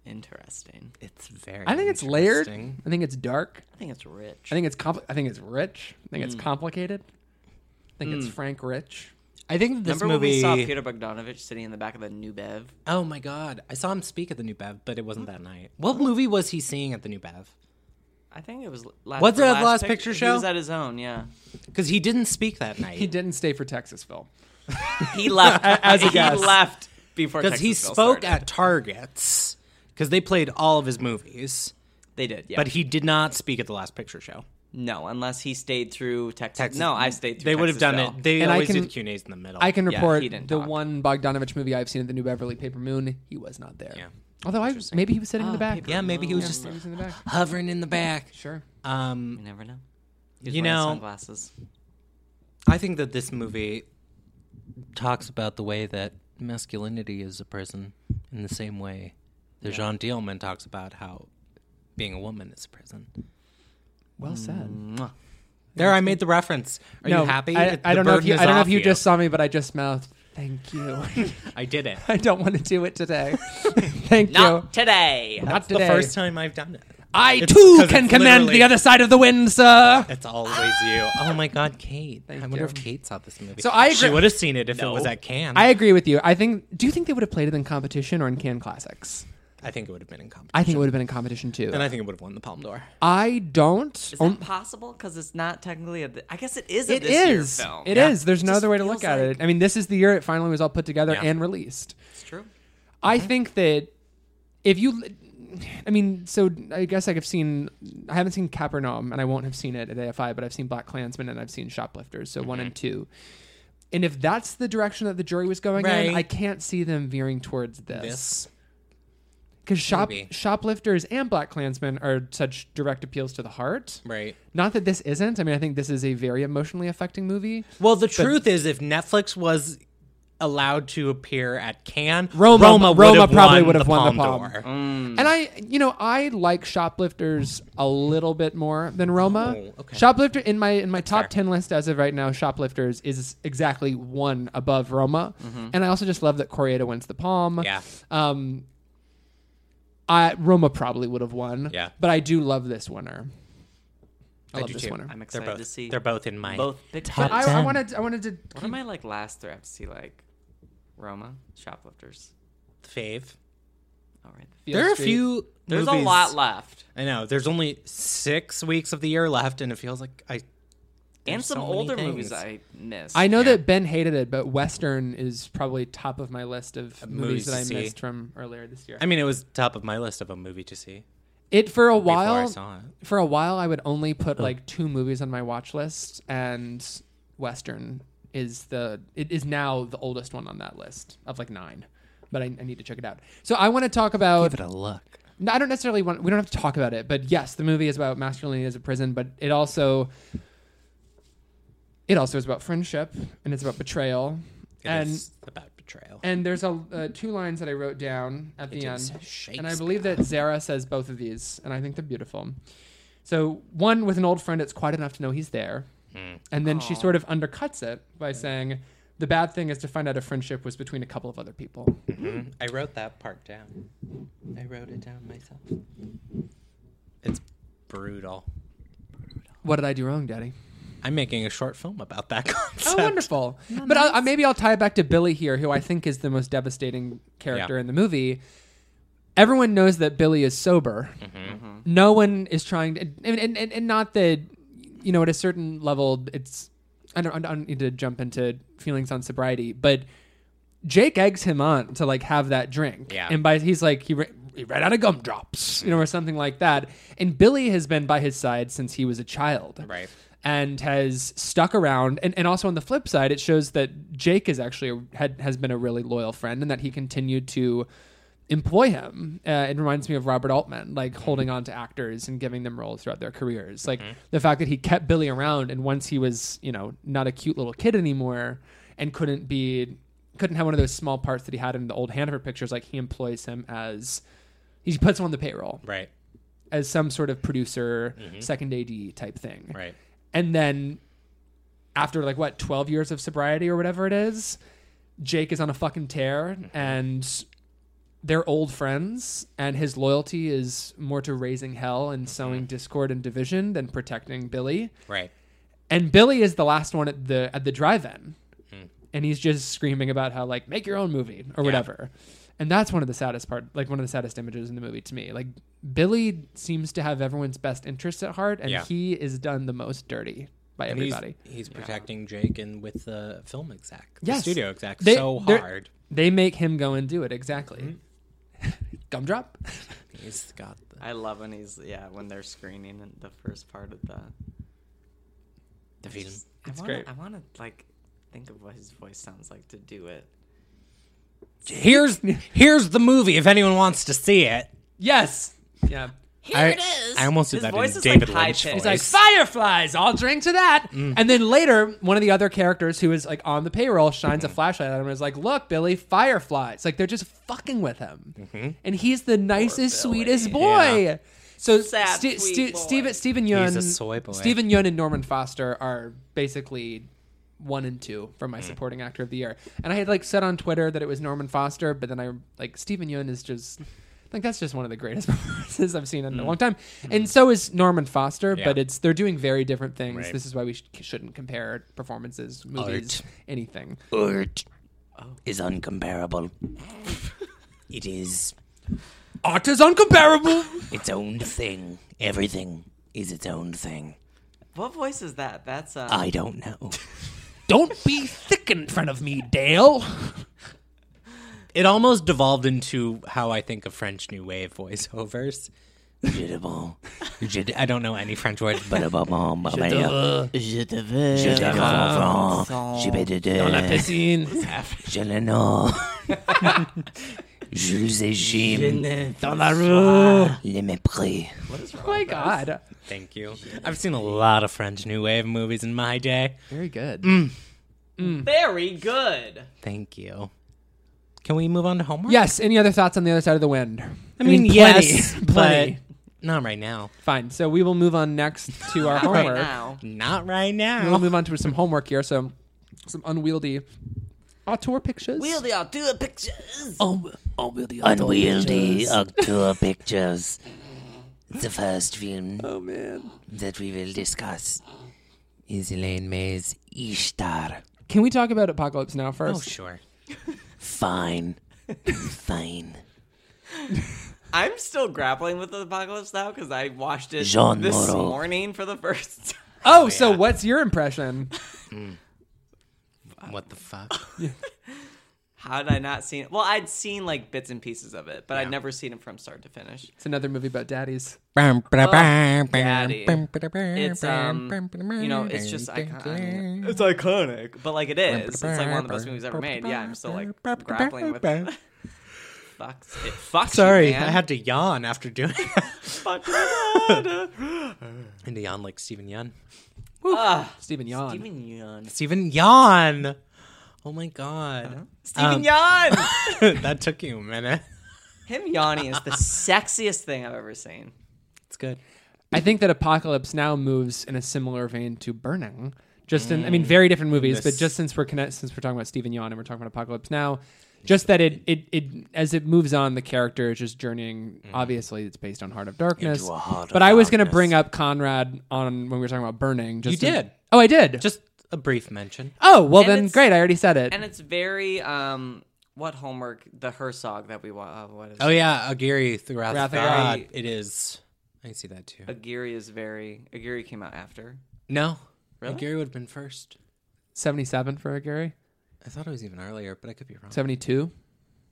S3: Interesting.
S2: It's very.
S1: I think it's layered.
S2: interesting.
S1: I think it's dark.
S3: I think it's rich.
S1: I think it's compli I think it's rich. I think it's
S2: Hmm.
S1: complicated. I think it's Frank Rich.
S2: I think this
S3: Remember
S2: movie.
S3: when we saw Peter Bogdanovich sitting in the back of the new Bev?
S2: oh my god! I saw him speak at the New Bev, but it wasn't that night. What movie was he seeing at the New Bev?
S3: I think it was last.
S2: Was it
S3: the
S2: at the Last
S3: pic-
S2: Picture
S3: He
S2: Show?
S3: was at his own. Yeah,
S2: Because he didn't speak that night.
S1: He didn't stay for Texasville.
S3: he left
S2: As a
S3: he
S2: guest.
S3: left before
S2: because
S3: because
S2: he spoke at Targets because they played all of his movies,
S3: They did, yeah.
S2: but he did not speak at the Last Picture Show.
S3: no, unless he stayed through Texas.
S2: Texas-
S3: No, I stayed. through
S2: They would have done
S3: Texasville.
S2: it. They
S1: And I
S2: always do
S1: can-
S2: the Q and A's in the middle.
S1: I can
S3: he
S1: report
S3: didn't
S1: the
S3: talk.
S1: one Bogdanovich movie I've seen at the New Beverly Paper Moon. He was not there.
S2: Yeah.
S1: Although I maybe he was sitting in the
S3: Ah,
S1: back.
S3: Paper
S2: yeah, maybe he was
S3: Yeah.
S2: just
S1: He was in the back.
S2: hovering in the back.
S1: Sure.
S2: Um,
S3: You never know. He was
S2: You
S3: wearing
S2: know-
S3: sunglasses.
S2: I think that this movie talks about the way that masculinity is a prison in the same way that Jean Dielman talks about how being a woman is a prison.
S1: Well said.
S3: Mwah.
S2: There, I made the reference. Hmm. Are
S1: no,
S2: you happy?
S1: I, I
S2: The
S1: don't know if
S2: burden
S1: you.
S2: is
S1: I don't know
S2: off
S1: if you, just saw me, but I just mouthed. Thank you.
S2: I did it.
S1: I don't want to do it today. Thank
S3: Not
S1: you.
S3: today.
S1: Not
S2: The
S1: today.
S2: first time I've done it.
S1: I
S2: It's
S1: too
S2: 'cause
S1: can
S2: it's
S1: command
S2: literally-
S1: the other side of the wind, sir.
S2: It's always you. Oh my God, Kate.
S1: Ah! Thank
S2: I wonder
S1: you.
S2: if Kate saw this movie.
S1: So I
S2: She
S1: agree-
S2: would have seen it if it was at Cannes.
S1: I agree with you. I think. Do you think they would have played it in competition or in Can Classics?
S2: I think it would have been in competition.
S1: I think it would have been in competition too.
S2: and I think it would have won the Palme d'Or.
S1: I don't.
S3: Is
S2: Um,
S1: on-
S3: that possible? Because it's not technically a. Th- I guess it is. A
S1: It
S3: this year
S1: is. It
S3: Film.
S1: is. There's no
S3: Just
S1: other way to look
S3: feels
S1: at
S3: like-
S1: it. I mean, this is the year it finally was all put together
S2: Yeah.
S1: and released.
S3: It's true.
S1: I think that if you, I mean, so I guess I've seen, I haven't seen Capernaum, and I won't have seen it at AFI, but I've seen Black Klansman and I've seen Shoplifters, so one and two. And if that's the direction that the jury was going
S2: Right.
S1: in, I can't see them veering towards this
S2: This.
S1: because shop
S2: maybe.
S1: shoplifters and Black Klansmen are such direct appeals to the heart.
S2: Right.
S1: Not that this isn't. I mean, I think this is a very emotionally affecting movie.
S2: Well, the truth is, if Netflix was allowed to appear at Cannes,
S1: Roma-
S2: Roma, would
S1: Roma
S2: have
S1: probably
S2: won
S1: would have
S2: the
S1: won the
S2: Palme
S1: Palme.
S2: d'Or.
S1: And I, you know, I like shoplifters a little bit more than Roma.
S2: Oh, okay.
S1: Shoplifter in my in my top ten list as of right now, shoplifters is exactly one above Roma. And I also just love that Correa wins the Palm.
S2: Mm-hmm. Yeah.
S1: Um, I Roma probably would have won.
S2: Yeah.
S1: But I do love this winner. I,
S2: I
S1: love
S2: do
S1: this
S2: too.
S1: winner.
S3: I'm
S2: They're
S3: excited
S2: both.
S3: to see
S2: They're both in my.
S3: both pictures.
S2: top
S1: I, I
S2: ten.
S1: wanted I wanted to.
S3: What am I like last through? I have to see like Roma shoplifters.
S2: fave.
S3: All right.
S1: Field
S2: There are a
S1: Street.
S2: few.
S3: There's a
S2: movies-
S3: lot left,
S2: I know. There's only six weeks of the year left, and it feels like I.
S3: and
S2: There's
S3: some
S2: so many
S3: older
S2: things.
S3: movies I missed.
S1: I know
S2: Yeah.
S1: that Ben hated it, but Western is probably top of my list of movies
S2: movies
S1: that
S2: to
S1: I
S2: see.
S1: missed from earlier this year.
S2: I mean, it was top of my list of a movie to see.
S1: it for a
S2: before
S1: while.
S2: I saw it.
S1: for a while I would only put like two movies on my watch list and Western is the it is now the oldest one on that list of like nine. But I, I need to check it out. So I want to talk about.
S2: Give it a look.
S1: no, I don't necessarily want. We don't have to talk about it, but yes, the movie is about masculinity as a prison, but it also, it also is about friendship and it's about betrayal.
S2: It
S1: and
S2: is about betrayal.
S1: and there's a uh, two lines that I wrote down at the
S2: It is
S1: end, and I believe that Zara says both of these, and I think they're beautiful. So one with an old friend, it's quite enough to know he's there, and then she sort of undercuts it by saying, "The bad thing is to find out a friendship was between a couple of other people."
S2: I wrote that part down. I wrote it down myself. It's brutal.
S1: What did I do wrong, Daddy?
S2: I'm making a short film about that
S1: Oh,
S2: concept.
S1: wonderful! But I'll, I- maybe I'll tie it back to Billy here, who I think is the most devastating character
S2: Yeah.
S1: in the movie. Everyone knows that Billy is sober.
S2: Mm-hmm.
S1: No one is trying to, and, and, and, and not that you know at a certain level. It's I don't, I don't need to jump into feelings on sobriety, but Jake eggs him on to like have that drink,
S2: Yeah.
S1: and by he's like he. Re- he ran out of gumdrops, you know, or something like that. And Billy has been by his side since he was a child
S2: Right.
S1: and has stuck around. And, and also on the flip side, it shows that Jake is actually a, had, has been a really loyal friend, and that he continued to employ him. Uh, it reminds me of Robert Altman, like
S2: Mm-hmm.
S1: holding on to actors and giving them roles throughout their careers. Like the fact that he kept Billy around, and once he was you know not a cute little kid anymore, and couldn't be couldn't have one of those small parts that he had in the old Hanover pictures, like he employs him as. He puts him on the payroll
S2: Right. Mm-hmm.
S1: as some sort of producer, second AD type thing
S2: Right.
S1: and then after like what 12 years of sobriety or whatever it is jake is on a fucking tear and they're old friends, and his loyalty is more to raising hell and sowing discord and division than protecting Billy.
S2: Right.
S1: And Billy is the last one at the at the drive-in,
S2: Hmm.
S1: and he's just screaming about how like make your own movie or whatever. And that's one of the saddest part, like one of the saddest images in the movie to me. Like Billy seems to have everyone's best interests at heart, and
S2: Yeah.
S1: he is done the most dirty by
S2: And he's-
S1: everybody.
S2: He's, protecting Jake and with the film exec, the
S1: Yes.
S2: studio exec,
S1: They-
S2: so
S1: they're-
S2: hard.
S1: They make him go and do it exactly.
S2: Mm-hmm.
S1: Gumdrop.
S2: He's got the,
S3: I love when he's yeah when they're screening in the first part of that.
S2: the freedom.
S1: It's
S3: I wanna,
S1: great.
S3: I want to like think of what his voice sounds like to do it.
S2: Here's here's the movie. If anyone wants to see it,
S1: Yes. Yeah.
S3: Here
S2: I,
S3: it is.
S2: I almost did
S3: His
S2: that
S3: voice
S2: in
S3: is,
S2: David
S3: like,
S2: Lynch.
S3: high-pitched.
S2: Voice.
S3: He's
S1: It's like fireflies. I'll drink to that.
S2: Mm.
S1: And then later, one of the other characters who is like on the payroll shines
S2: Mm-hmm.
S1: a flashlight at him and is like, "Look, Billy, fireflies!" Like they're just fucking with him,
S2: Mm-hmm.
S1: and he's the nicest,
S3: Billy.
S1: sweetest boy.
S2: Yeah.
S1: So
S3: Sad,
S1: Ste-
S3: sweet
S1: Ste-
S3: boy.
S1: Steven Stephen Yun,
S2: He's a soy boy.
S1: Stephen Yun and Norman Foster are basically one and two for
S2: Mm.
S1: my supporting actor of the year. And I had like said on Twitter that it was Norman Foster, but then I like Stephen Yun is just like that's just one of the greatest performances I've seen in a long time. And so is Norman Foster,
S2: Mm. Yeah.
S1: but it's they're doing very different things.
S2: Right.
S1: This is why we sh- shouldn't compare performances, movies, anything.
S4: art is uncomparable. it is
S1: Art is uncomparable.
S4: its own thing. Everything is its own thing.
S3: What voice is that? That's uh,
S4: I don't know.
S1: Don't be thick in front of me, Dale.
S2: It almost devolved into how I think of French New Wave voiceovers.
S4: Je te vends.
S2: Je- I don't know any French word, but
S4: Bada bam bam bam bam.
S3: Je te veux.
S4: Je te vends. Je vais te dire.
S1: Piscine.
S4: Je le nom. Jules et Jim. Les mépris.
S1: Oh my god.
S2: thank you. I've seen a lot of French New Wave movies in my day.
S1: Very good.
S2: Mm.
S3: Very good.
S2: Thank you. Can we move on to homework?
S1: Yes. Any other thoughts on the other side of the wind?
S2: I mean,
S1: plenty,
S2: yes,
S1: plenty.
S2: but not right now.
S1: Fine. So we will move on next to our homework.
S3: Right now.
S2: Not right
S1: We'll
S2: now.
S1: move on to some homework here. So some unwieldy auteur pictures.
S3: Wheel the outdoor pictures.
S1: Unwieldy.
S4: Unwieldy Octour Pictures. The first film
S1: Oh man.
S4: that we will discuss is Elaine May's Ishtar.
S1: Can we talk about Apocalypse Now first?
S2: Oh, sure.
S4: Fine. Fine.
S3: I'm still grappling with the apocalypse now because I watched it
S4: Jean
S3: this
S4: Moreau.
S3: morning for the first time.
S1: Oh, so
S2: yeah.
S1: what's your impression?
S2: What the fuck?
S3: How did I not seen it? Well, I'd seen like bits and pieces of it, but I'd
S2: Yeah.
S3: never seen it from start to finish.
S1: It's another movie about daddies.
S3: daddy.
S2: It's
S3: It's, um, You know, it's just iconic. It's iconic, but like it is. It's like one of the best movies ever made. Yeah, I'm still like grappling with it. Fucks it. Fucks. you,
S2: Sorry,
S3: man.
S2: I had to yawn after doing that.
S3: Fuck you.
S2: and to yawn like Steven Yeun.
S3: Ah,
S1: Stephen Yawn.
S3: Steven Yeun.
S2: Steven Yawn! Oh my god.
S3: Steven Yeun.
S2: that took you a minute.
S3: Him yawning is the sexiest thing I've ever seen.
S2: It's good.
S1: I think that Apocalypse Now moves in a similar vein to Burning. Just in, I mean, very different movies, but
S2: This-
S1: just since we're connect, since we're talking about Stephen Yeun and we're talking about Apocalypse Now, just that it it, it as it moves on, the character is just journeying. Obviously, it's based on Heart of Darkness.
S4: Into a heart of
S1: but I was going to
S4: darkness.
S1: bring up Conrad on when we were talking about Burning. Just
S2: You
S1: in-
S2: did.
S1: oh, I did.
S2: Just a brief mention.
S1: oh, well
S3: And
S1: then,
S3: it's-
S1: great. I already said it.
S3: And it's very um what homework the Herzog that we wa Uh, what is
S2: Oh yeah, Agiri through Wrath,
S1: Wrath
S2: of
S1: of
S2: God.
S3: God.
S2: It is. I see that too.
S3: Aguirre is very Aguirre came out after.
S2: No,
S3: Really?
S2: Agiri would have been first.
S1: Seventy-seven for Gary.
S2: I thought it was even earlier, but I could be wrong.
S1: Seventy-two.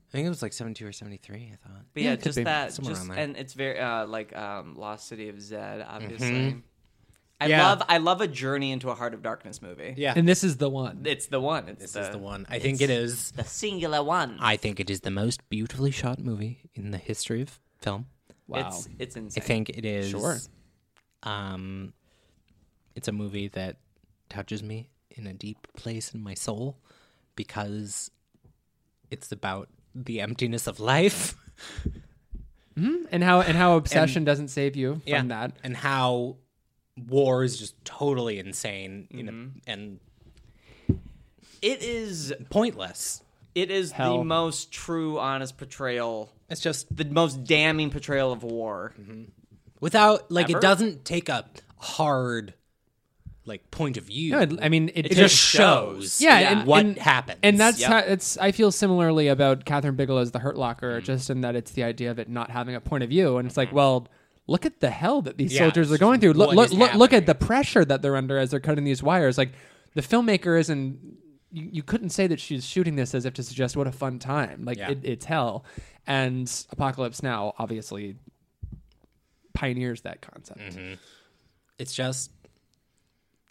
S2: I think it was like seventy-two or seventy-three. I thought.
S3: But
S1: Yeah,
S3: yeah,
S1: it could
S3: just
S1: be.
S3: that
S2: Somewhere
S3: just
S2: around there.
S3: and it's very uh like um Lost City of Zed, obviously. I
S2: Mm-hmm. Yeah.
S3: love I love a journey into a Heart of Darkness movie.
S2: Yeah,
S1: And this is the one.
S3: It's the one. It's
S2: this is the one. I think it is.
S3: The singular one.
S2: I think it is the most beautifully shot movie in the history of film.
S1: Wow.
S3: It's it's
S2: I
S3: insane.
S2: think it is.
S1: Sure.
S2: Um, it's a movie that touches me in a deep place in my soul because it's about the emptiness of life.
S1: and how and how obsession doesn't save you from
S2: yeah.
S1: that.
S2: and how war is just totally insane you know, and
S3: It is
S2: pointless.
S3: it is
S1: Hell.
S3: the most true, honest portrayal
S2: It's just
S3: the most damning portrayal of war.
S2: Mm-hmm. without like
S3: Ever?
S2: it doesn't take a hard like point of view.
S1: No, it- I mean, it,
S2: it
S1: takes-
S2: just
S3: shows.
S2: shows.
S1: yeah,
S3: yeah,
S1: and,
S2: what
S1: and-
S2: happens.
S1: and that's
S3: Yep.
S1: how it's. I feel similarly about Catherine Bigelow's The Hurt Locker,
S2: Mm-hmm.
S1: just in that it's the idea of it not having a point of view, and it's like, well, look at the hell that these
S2: Yeah,
S1: soldiers are going through. Look,
S2: what
S1: look,
S2: is
S1: look, look
S2: happening?
S1: at the pressure that they're under as they're cutting these wires. Like the filmmaker isn't. You, you couldn't say that she's shooting this as if to suggest what a fun time. Like
S2: Yeah.
S1: it, it's hell, and Apocalypse Now obviously pioneers that concept.
S2: Mm-hmm. it's just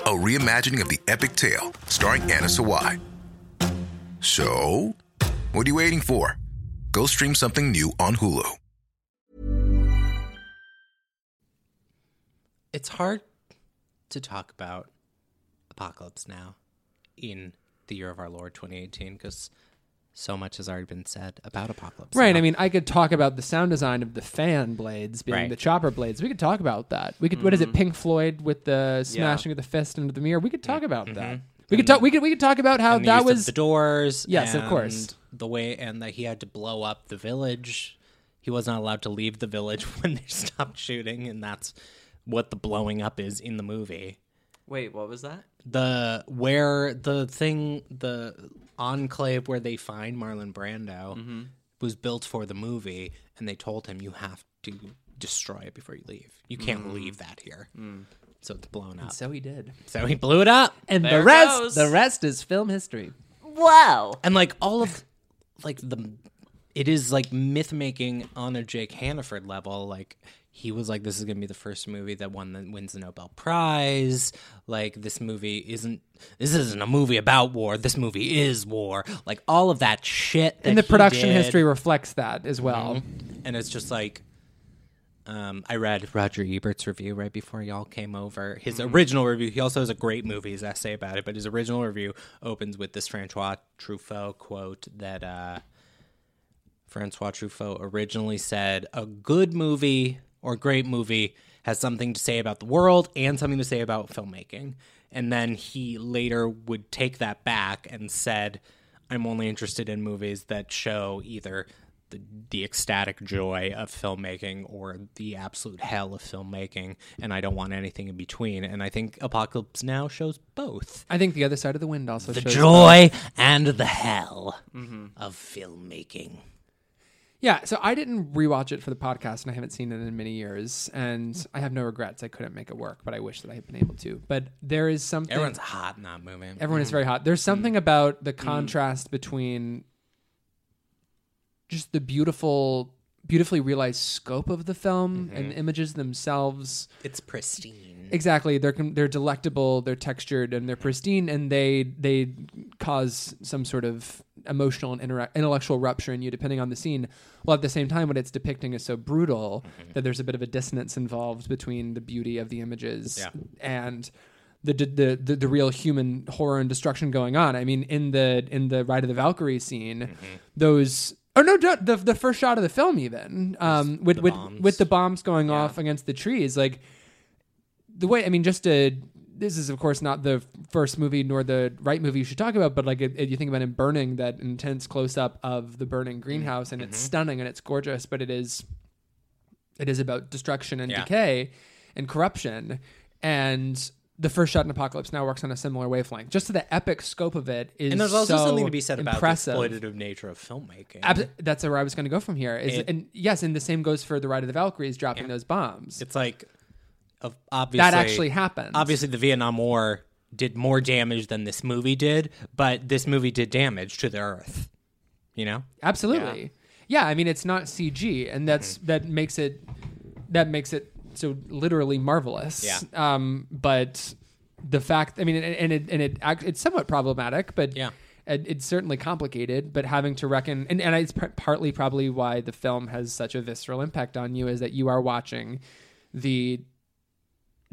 S5: a reimagining of the epic tale, starring Anna Sawai. So, what are you waiting for? Go stream something new on Hulu.
S2: it's hard to talk about apocalypse now in the year of our Lord 2018 because so much has already been said about apocalypse.
S1: Right.
S2: Now.
S1: I mean, I could talk about the sound design of the fan blades being
S2: Right. Mm-hmm.
S1: the chopper blades. We could talk about that. We could. what is it? Pink Floyd with the smashing of the fist into the mirror. We could talk about that. We could talk. We could. We could talk about how
S2: Mm-hmm. And the
S1: uh, that
S2: use of
S1: was.
S2: the doors.
S1: Yes, of course.
S2: and The way and that he had to blow up the village. He was not allowed to leave the village when they stopped shooting, and that's what the blowing up is in the movie.
S3: Wait, what was that?
S2: The where the thing the enclave where they find Marlon Brando was built for the movie, and they told him you have to destroy it before you leave. You can't leave that here. So it's blown up.
S1: so he did.
S2: So he blew it up.
S1: And
S3: There
S1: the
S3: it
S1: rest.
S3: goes.
S1: The rest is film history.
S2: and like all of like the it is like myth making on a Jake Hannaford level like he was like this is going to be the first movie that one that wins the Nobel Prize like this movie isn't this isn't a movie about war this movie is war like all of that shit that
S1: And the
S2: he
S1: production
S2: did. Mm-hmm.
S1: history reflects that as well.
S2: and it's just like um, I read Roger Ebert's review right before y'all came over. His
S1: Mm-hmm.
S2: original review, he also has a great movies essay about it, but his original review opens with this Francois Truffaut quote that uh, Francois Truffaut originally said a good movie or great movie has something to say about the world and something to say about filmmaking. And then he later would take that back and said, I'm only interested in movies that show either the, the ecstatic joy of filmmaking or the absolute hell of filmmaking. And I don't want anything in between. And I think Apocalypse Now shows both
S1: I think the other side of the wind also
S2: the
S1: shows.
S2: joy and the hell of filmmaking.
S1: Yeah, so I didn't rewatch it for the podcast, and I haven't seen it in many years, and I have no regrets. I couldn't make it work, but I wish that I had been able to. But there is something.
S2: Everyone's hot in that movie.
S1: Everyone is very hot. There's something about the contrast between just the beautiful, beautifully realized scope of the film and the images themselves.
S2: It's pristine.
S1: Exactly, they're com- they're delectable, they're textured, and they're pristine, and they they cause some sort of emotional and intera- intellectual rupture in you, depending on the scene. While at the same time, what it's depicting is so brutal
S2: Mm-hmm.
S1: that there's a bit of a dissonance involved between the beauty of the images
S2: Yeah.
S1: and the, the the the real human horror and destruction going on. I mean, in the in the Ride of the Valkyrie scene,
S2: Mm-hmm.
S1: those. Oh no! don't- The the first shot of the film, even um, with with
S2: bombs.
S1: with the bombs going off against the trees, like the way I mean, just to this is of course not the first movie nor the right movie you should talk about, but like it, it- you think about in Burning, that intense close up of the burning greenhouse, and
S2: Mm-hmm.
S1: it's stunning and it's gorgeous, but it is it is about destruction and
S2: Yeah.
S1: decay and corruption and. The first shot in Apocalypse Now works on a similar wavelength. Just to the epic scope of it is
S2: And there's also
S1: so
S2: something to be said about
S1: impressive.
S2: the exploitative nature of filmmaking.
S1: Abs- that's where I was going to go from here. Is
S2: It-
S1: and yes, and the same goes for the Ride of the Valkyries dropping those bombs.
S2: It's like of- obviously
S1: That actually happened.
S2: Obviously, the Vietnam War did more damage than this movie did, but this movie did damage to the Earth. You know,
S1: Absolutely. Yeah. I mean it's not CG and that's that makes it that makes it so literally marvelous.
S2: Yeah.
S1: Um but the fact I mean and and it and it act, it's somewhat problematic but
S2: Yeah.
S1: it, it's certainly complicated, but having to reckon, and, and it's p- partly probably why the film has such a visceral impact on you is that you are watching the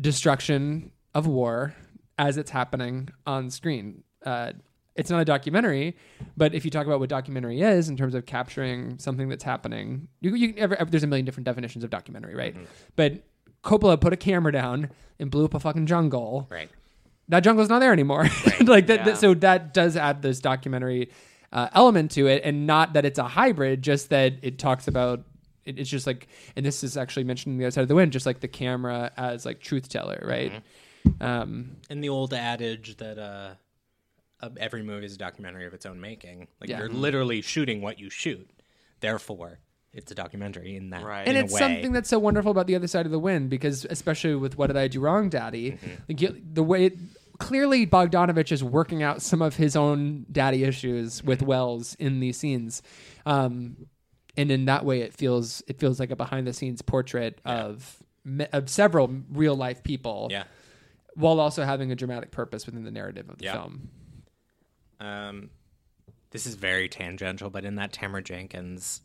S1: destruction of war as it's happening on screen. Uh, it's not a documentary, but if you talk about what documentary is in terms of capturing something that's happening, you, you ever, there's a million different definitions of documentary, right?
S2: Mm-hmm.
S1: But Coppola put a camera down and blew up a fucking jungle
S2: Right.
S1: that jungle's not there anymore. like that, that- so that does add this documentary uh, element to it, and not that it's a hybrid, just that it talks about. It, it's just like, and this is actually mentioned in the other side of the wind, just like the camera as like truth teller, right? Um,
S2: And the old adage that uh, uh, every movie is a documentary of its own making. Like
S1: Yeah.
S2: you're literally shooting what you shoot. Therefore, it's a documentary in that.
S3: Right.
S2: in
S1: and
S2: a
S1: it's
S2: way.
S1: something that's so wonderful about the other side of the wind because especially with what did i do wrong daddy
S2: Mm-hmm.
S1: like you, the way clearly bogdanovich is working out some of his own daddy issues
S2: Mm-hmm.
S1: with wells in these scenes um, and in that way it feels it feels like a behind the scenes portrait of me- of several real life people
S2: yeah.
S1: while also having a dramatic purpose within the narrative of the
S2: Yeah.
S1: film
S2: Um, this is very tangential, but in that Tamara Jenkins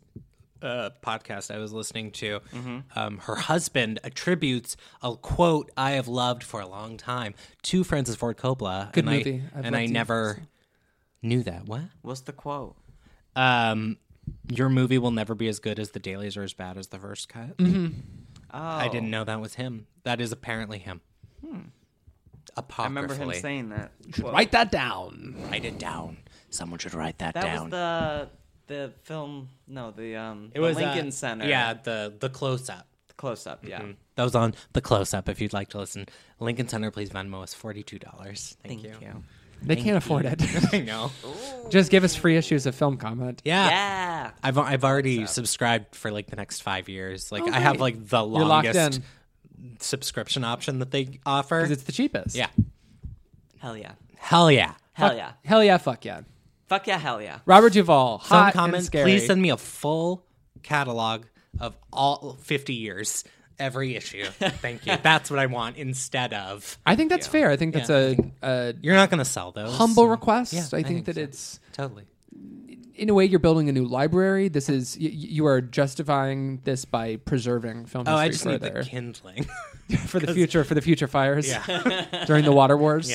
S2: uh, podcast I was listening to,
S3: Mm-hmm.
S2: um, her husband attributes a quote I have loved for a long time to Francis Ford Coppola.
S1: Good
S2: and
S1: movie.
S2: I,
S1: I've
S2: and I
S1: loved you.
S2: never knew that. What?
S3: What's the quote?
S2: Um, your movie will never be as good as the dailies or as bad as the first cut.
S3: Oh,
S2: I didn't know that was him. That is apparently him.
S3: Hmm. I remember him
S2: Apocryphally.
S3: saying that. quote.
S1: write that down
S2: Write it down. Someone should write that,
S3: that
S2: down.
S3: was the the film. No, the um.
S2: It was uh,
S3: Lincoln Center.
S2: Yeah, Mm-hmm. the the close up.
S3: close up. Yeah.
S2: That was on the close up. If you'd like to listen, Lincoln Center, please Venmo us forty two dollars. Thank,
S3: Thank
S2: you.
S3: you.
S1: they can't afford it
S2: I know.
S1: just give us free issues of film comment
S2: Yeah.
S3: Yeah.
S2: I've I've already subscribed for like the next five years. Like I have
S1: great.
S2: like the
S1: you're locked
S2: longest
S1: in
S2: subscription option that they offer.
S1: because it's the cheapest
S2: yeah.
S3: Hell yeah.
S2: Hell yeah.
S3: Hell yeah.
S1: hell yeah fuck yeah
S3: Fuck yeah. Hell yeah.
S1: Robert Duvall,
S2: Some
S1: hot and
S2: comments.
S1: scary.
S2: Please send me a full catalog of all fifty years, every issue. Thank you. That's what I want instead of.
S1: I think that's fair. I think that's a, a
S2: You're not going to sell those.
S1: humble
S2: so-
S1: request.
S2: Yeah,
S1: I, think, that
S2: so.
S1: it's
S2: totally.
S1: in a way you're building a new library. This is you, you are justifying this by preserving film
S2: Oh,
S1: history
S2: I just need
S1: further
S2: the kindling.
S1: for the future for the future fires during the water wars.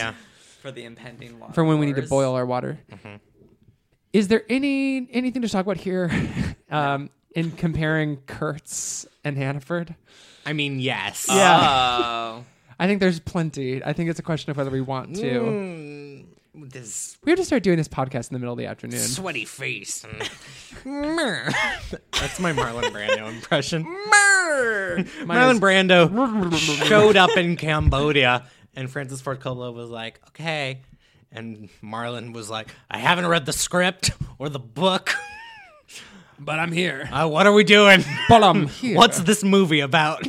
S3: For the impending water.
S1: for when we need to
S3: wars.
S1: boil our water.
S2: Mm-hmm.
S1: Is there any anything to talk about here um, in comparing Kurtz and Hannaford?
S2: I mean, yes.
S3: Oh.
S1: I think there's plenty. I think it's a question of whether we want to.
S2: Mm, this
S1: We have to start doing this podcast in the middle of the afternoon.
S2: sweaty face. and- That's my Marlon Brando impression. Marlon Brando showed up in Cambodia, and Francis Ford Coppola was like, "Okay," and Marlon was like, "I haven't read the script or the book.
S1: But I'm here.
S2: Uh, what are we doing?
S1: But I'm here.
S2: What's this movie about?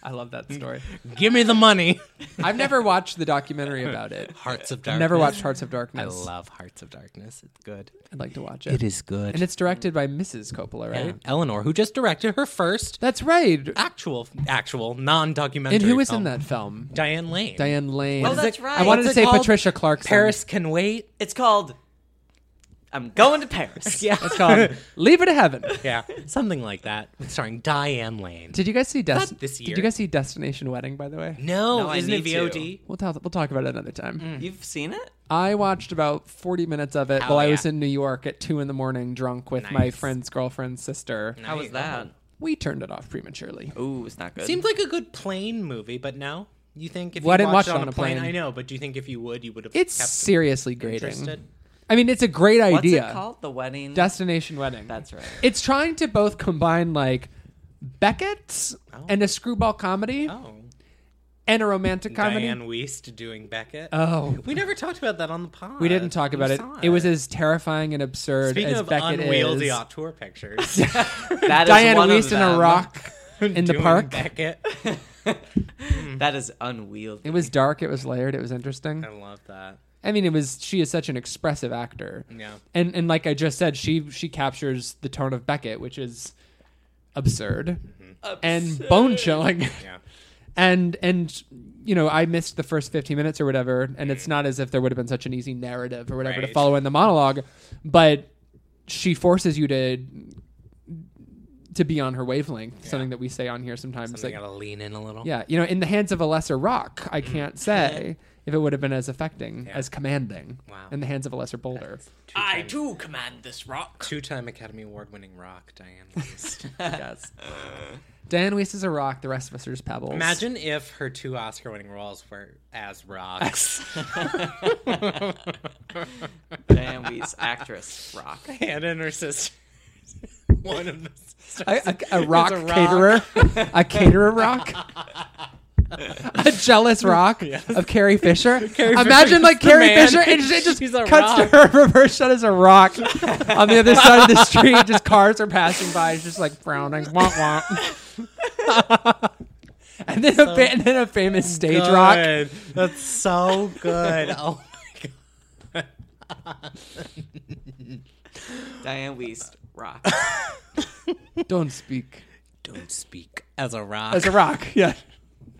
S1: I love that story.
S2: Give me the money."
S1: I've never watched the documentary about it.
S2: Hearts of Darkness.
S1: Never watched Hearts of
S2: I
S1: Darkness.
S2: love Hearts of Darkness. It's good.
S1: I'd like to watch it.
S2: It is good.
S1: And it's directed by Mrs. Coppola, right?
S2: Yeah. Eleanor, who just directed her first
S1: That's right.
S2: actual, actual non-documentary.
S1: and who was
S2: film,
S1: in that film?
S2: Diane Lane.
S1: Diane Lane.
S3: Oh, that's right.
S1: I wanted to
S2: What's
S1: say
S2: it called?
S1: Patricia Clarkson.
S2: Paris can wait.
S3: It's called. I'm going to Paris.
S2: Yeah,
S1: It's called Leave It to Heaven.
S2: yeah, something like that. Starring Diane Lane.
S1: Did you guys see Des-
S2: Not this year. Mm.
S1: Did you guys see Destination Wedding? By the way,
S2: no,
S3: No, I
S2: isn't it
S3: need Mm-hmm.
S2: VOD?
S1: we'll talk. We'll talk about it another time.
S2: Mm.
S3: You've seen it?
S1: I watched about 40 minutes of it
S2: Oh,
S1: while I
S2: yeah.
S1: was in New York at two in the morning, drunk with my
S2: Nice.
S1: friend's girlfriend's sister.
S3: How was that?
S1: We turned it off prematurely.
S3: Ooh, it's not good.
S2: Seems like a good plane movie, but no. You think if
S1: Well, I
S2: you
S1: didn't
S2: watched
S1: watch
S2: it on a plane, I know, but do you think if you would, you would have?
S1: It's
S2: kept
S1: seriously grating.
S2: interested?
S1: I mean, it's a great
S3: What's
S1: idea.
S3: it called? The wedding.
S1: Destination Wedding.
S3: That's right.
S1: It's trying to both combine like Beckett and a screwball comedy
S2: Oh,
S1: and a romantic comedy.
S2: Diane Weist doing Beckett.
S1: Oh,
S2: we never talked about that on the pod.
S1: we didn't talk
S2: You
S1: about it.
S2: saw
S1: It. was as terrifying and absurd
S2: Speaking
S1: as
S2: of
S1: Beckett
S2: unwieldy
S1: is.
S2: auteur pictures,
S3: That is
S1: Diane
S3: one of
S1: Weist in a
S3: them.
S1: rock in the
S2: doing
S1: park.
S2: Beckett.
S3: That is unwieldy.
S1: It was dark. It was layered. It was interesting.
S2: I love that.
S1: I mean, it was she is such an expressive actor.
S2: Yeah.
S1: And and like I just said, she she captures the tone of Beckett, which is absurd, and bone chilling.
S2: Mm-hmm. Yeah.
S1: and and you know I missed the first 15 minutes or whatever, and it's not as if there would have been such an easy narrative or whatever to
S2: Right.
S1: follow in the monologue, but she forces you to to be on her wavelength. Something that we say on here sometimes,
S2: Something
S1: like
S2: gotta lean in a little.
S1: yeah, you know, in the hands of a lesser rock,
S2: Mm-hmm.
S1: I can't say if it would have been as affecting, as commanding.
S2: Wow.
S1: In the hands of a lesser boulder.
S6: I too command this rock.
S2: Two-time Academy Award-winning rock, Diane. Weist.
S1: yes. Dan Weiss is a rock. The rest of us are just pebbles.
S2: Imagine if her two Oscar-winning roles were as rocks,
S3: Diane Weiss, actress, rock.
S2: Hannah and her sister. One of the sisters.
S1: a, a, a rock
S2: rock.
S1: caterer, a caterer rock, a jealous rock of Carrie Fisher. Imagine like
S2: the
S1: Carrie
S2: man.
S1: Fisher, and it just
S2: She's a
S1: cuts to her reverse shot as a rock on the other side of the street. Just cars are passing by, she's just like frowning, womp womp. and then a fa- and then a famous stage rock.
S2: Good. That's so good. Oh my
S3: Diane Weiss, rock.
S1: Don't speak
S2: god. Don't speak as a rock.
S1: as a rock. Yeah.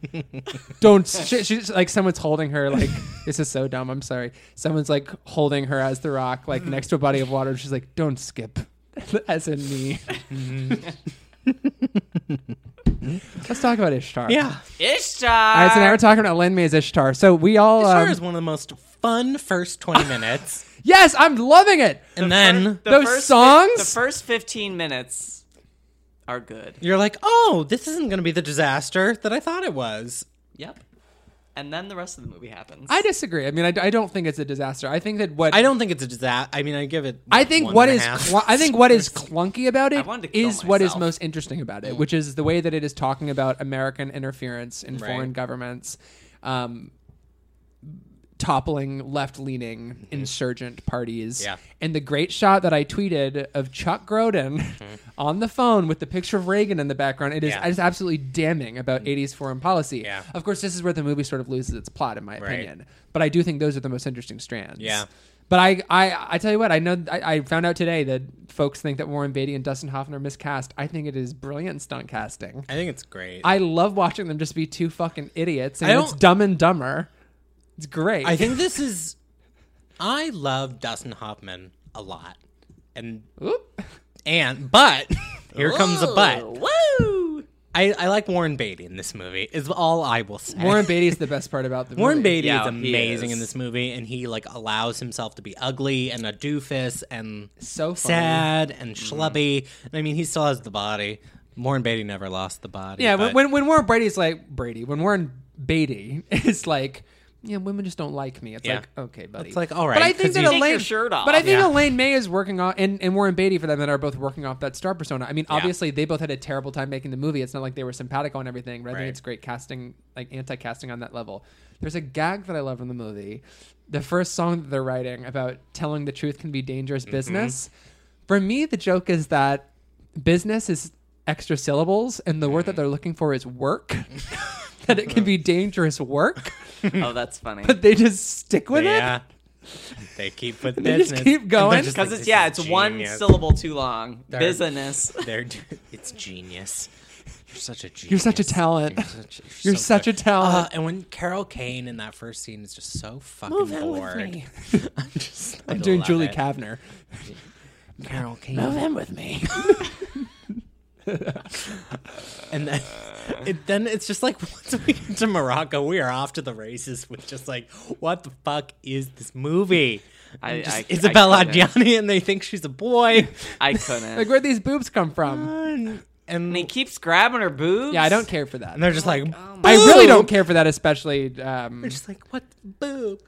S1: Don't she, she's like someone's holding her like this is so dumb. I'm sorry. Someone's like holding her as the rock like next to a body of water. She's like, don't skip, as in me. Let's talk about Ishtar.
S2: yeah.
S1: All
S3: Ishtar.
S1: right, so now we're talking about Lin May's Ishtar. So we all,
S2: Sure
S1: um,
S2: is one of the most fun first 20 minutes.
S1: yes, I'm loving it.
S2: and then
S1: Those songs?
S3: The first 15 minutes are good.
S2: you're like, oh, this isn't going to be the disaster that I thought it was.
S3: Yep. And then the rest of the movie happens.
S1: I disagree. I mean, I, I don't think it's a disaster. I think that what
S2: I don't think it's a disaster. I mean, I give it.
S1: I think
S2: one
S1: what
S2: and a
S1: is
S2: half.
S1: cl- I think what is clunky about it
S3: wanted to kill
S1: is what is
S3: myself.
S1: most interesting about
S2: Mm.
S1: it, which is the way that it is talking about American interference in foreign governments, um, toppling left-leaning insurgent parties,
S2: Mm-hmm. Yeah.
S1: and the great shot that I tweeted of Chuck Groden on the phone with the picture of Reagan in the background. It is
S2: Mm-hmm. Yeah. Mm.
S1: it is absolutely damning about 80s foreign policy.
S2: Yeah.
S1: Of course, this is where the movie sort of loses its plot, in my opinion. But I do think those are the most interesting strands.
S2: Yeah.
S1: But I, I, I tell you what, I know I, I found out today that folks think that Warren Beatty and Dustin Hoffman are miscast. I think it is brilliant stunt casting.
S2: I think it's great.
S1: I love watching them just be two fucking idiots. And
S2: I
S1: it's
S2: don't-
S1: dumb and dumber. It's great.
S2: I think this is. I love Dustin Hoffman a lot, and
S1: Oop.
S2: and but here comes a but.
S1: Oh,
S3: Woo!
S2: I, I like Warren Beatty in this movie. Is all I will say.
S1: Warren Beatty is the best part about the movie.
S2: Warren Beatty
S3: Yeah,
S2: is
S3: he
S2: amazing
S3: is.
S2: in this movie, and he like allows himself to be ugly and a doofus and
S1: So funny. Mm.
S2: sad and schlubby. And I mean, he still has the body. Warren Beatty never lost the body.
S1: Yeah,
S2: but-
S1: when, when when Warren Brady's like Brady, when Warren Beatty is like, yeah, women just don't like me. It's
S2: Yeah.
S1: like, okay, buddy.
S2: It's like, all
S1: But I
S2: right,
S1: think
S2: 'cause
S1: that
S2: you-
S1: Elaine,
S3: Take your shirt off.
S1: but I think
S2: Yeah.
S1: Elaine May is working on, and, and Warren Beatty for that matter are both working off that star persona. I mean, obviously they both had a terrible time making the movie. It's not like they were simpatico and everything, but I think
S2: Right.
S1: it's great casting, like anti-casting on that level. There's a gag that I love in the movie, the first song that they're writing about telling the truth can be dangerous
S3: Mm-hmm.
S1: business. For me, the joke is that business is extra syllables, and the word
S3: Mm.
S1: that they're looking for is work. that it can be dangerous work,
S3: oh, that's funny.
S1: but they just stick with it.
S2: yeah, they keep with
S1: They just
S2: business.
S1: keep
S2: And
S1: going.
S2: they're just
S3: Because
S2: like,
S3: it's, yeah,
S2: this
S3: it's
S2: is
S3: one
S2: genius.
S3: syllable too long.
S2: They're-
S3: Business.
S2: They're it's genius. You're such a genius.
S1: You're such a talent.
S2: such,
S1: You're
S2: so
S1: such a
S2: good.
S1: talent.
S2: Uh, and when Carol Kane in that first scene is just so fucking bored. I'm just. I
S1: I'm doing
S2: love
S1: Julie
S2: it.
S1: Kavner.
S2: Carol Kane. Move in with me. and then, it, then it's just like once we get to Morocco, we are off to the races with just like, what the fuck is this movie?
S3: I-
S2: And just
S3: I- I
S2: Isabella
S3: couldn't.
S2: Gianni, and they think she's a boy.
S3: I couldn't.
S1: Like, where'd these boobs come from?
S2: and,
S3: and he keeps grabbing her boobs.
S1: Yeah, I don't care for that.
S2: and they're just like,
S1: I really
S2: "Boob!"
S1: don't care for that, especially. Um,
S2: They're just like, what? Boob.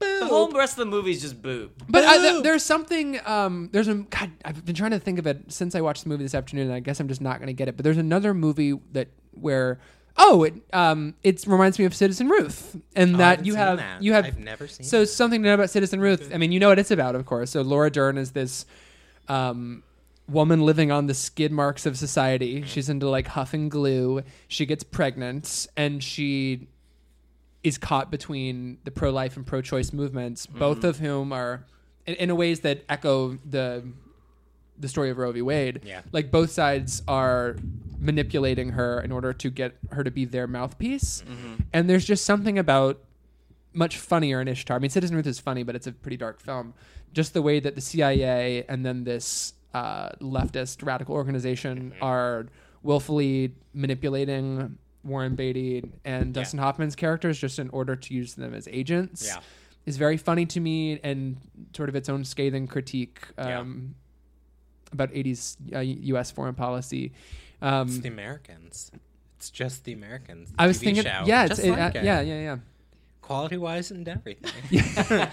S3: The
S2: Boob.
S3: whole rest of the movie is just boob.
S1: but I, th-
S2: Boob.
S1: there's something. Um, there's a God. I've been trying to think of it since I watched the movie this afternoon, and I guess I'm just not going to get it. But there's another movie that where oh, it um, it reminds me of Citizen Ruth, and that
S2: Oh, haven't
S1: you
S2: seen
S1: have
S2: that.
S1: you have
S2: I've never seen
S1: So something to know about Citizen Ruth. I mean, you know what it's about, of course. So Laura Dern is this. Um, woman living on the skid marks of
S2: Mm-hmm.
S1: society. She's into like huffing glue. She gets pregnant and she is caught between the pro life and pro choice movements, both of whom are in, in a ways that echo the the story of Roe v. Wade.
S2: Yeah.
S1: Like both sides are manipulating her in order to get her to be their mouthpiece.
S2: Mm-hmm.
S1: And there's just something about much funnier in Ishtar. I mean, Citizen Ruth is funny, but it's a pretty dark film. Just the way that the CIA and then this uh, leftist radical organization
S2: Mm-hmm.
S1: are willfully manipulating Warren Beatty and Dustin Hoffman's characters just in order to use them as agents
S2: Yeah.
S1: is very funny to me and sort of its own scathing critique um, about 80s uh, U.S. foreign policy. Um,
S2: It's the Americans. It's just the Americans. The
S1: I was
S2: TV
S1: thinking,
S2: show.
S1: yeah, it's,
S2: just
S1: it-
S2: like
S1: uh,
S2: it.
S1: yeah, yeah, yeah.
S2: Quality wise and everything.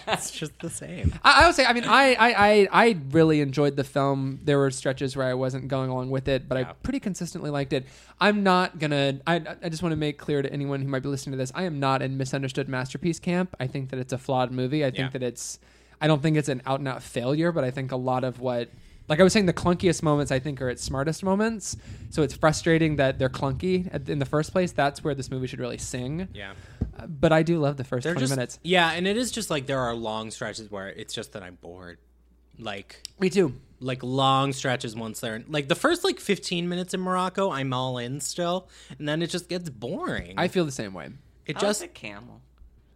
S2: it's just the same.
S1: I, I would say, I mean, I, I, I, I really enjoyed the film. There were stretches where I wasn't going along with it, but I pretty consistently liked it. I'm not gonna. I, I just want to make clear to anyone who might be listening to this, I am not in misunderstood masterpiece camp. I think that it's a flawed movie. I think
S2: Yeah.
S1: that it's. I don't think it's an out and out failure, but I think a lot of what. Like I was saying, the clunkiest moments I think are its smartest moments. So it's frustrating that they're clunky at- in the first place. That's where this movie should really sing.
S2: Yeah.
S1: Uh, But I do love the 1st
S2: They're
S1: twenty
S2: just
S1: minutes.
S2: Yeah, and it is just like there are long stretches where it's just that I'm bored. Like
S1: Me too.
S2: like long stretches once they're in, like the first like 15 minutes in Morocco, I'm all in still, and then it just gets boring.
S1: I feel the same way.
S2: it
S3: I
S2: just
S3: just a camel.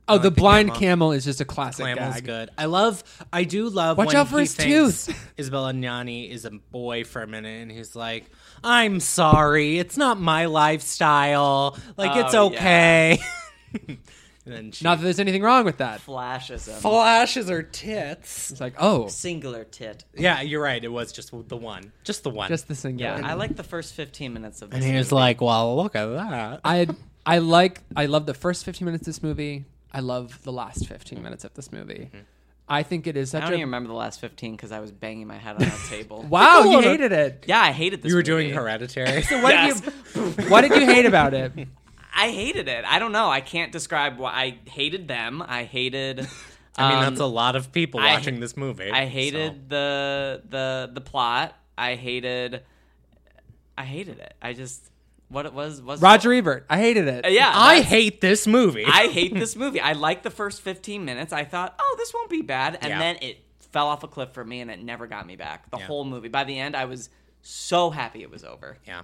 S1: Oh, the
S2: like the
S1: blind
S2: camel.
S1: camel. is just a classic
S2: Clamel's
S1: gag.
S2: good. I love. I do love.
S1: Watch
S2: when
S1: out for
S2: he
S1: his
S2: thinks
S1: tooth.
S2: Isabella Gnani is a boy for a minute, and he's like, "I'm sorry, it's not my lifestyle. Like, it's
S3: Oh, yeah.
S2: okay." and then she
S1: Not that there's anything wrong with that.
S3: Flashes him.
S2: flashes her tits.
S1: It's like, oh,
S3: Singular tit.
S2: Yeah, you're right. It was just the one, just the one.
S1: just the singular.
S3: Yeah, I like the first 15 minutes of
S2: and
S3: this.
S2: he was like, "Well, look at that."
S1: I I like I love the first 15 minutes of this movie. I love the last 15 minutes of this movie. I think it is
S3: Mm-hmm. I
S1: such
S3: don't
S1: a
S3: even remember the last 15 because I was banging my head on that table.
S1: wow.
S2: Go
S1: You
S2: on.
S1: hated it.
S3: Yeah, I hated this.
S2: you were
S3: movie.
S2: doing hereditary.
S1: So what did you what did you hate about it?
S3: I hated it. I don't know. I can't describe why I hated them. I hated.
S2: I mean,
S3: um,
S2: that's a lot of people
S3: I-
S2: watching this movie.
S3: I
S2: so.
S3: hated the the the plot. I hated. I hated it. I just what it was was
S1: Roger Ebert. I hated it.
S3: Yeah,
S2: I
S3: that's-
S2: hate this movie.
S3: I hate this movie. I liked the first 15 minutes. I thought, oh, this won't be bad. And
S2: Yeah.
S3: then it fell off a cliff for me and it never got me back. The
S2: Yeah.
S3: whole movie. By the end, I was so happy it was over.
S2: yeah,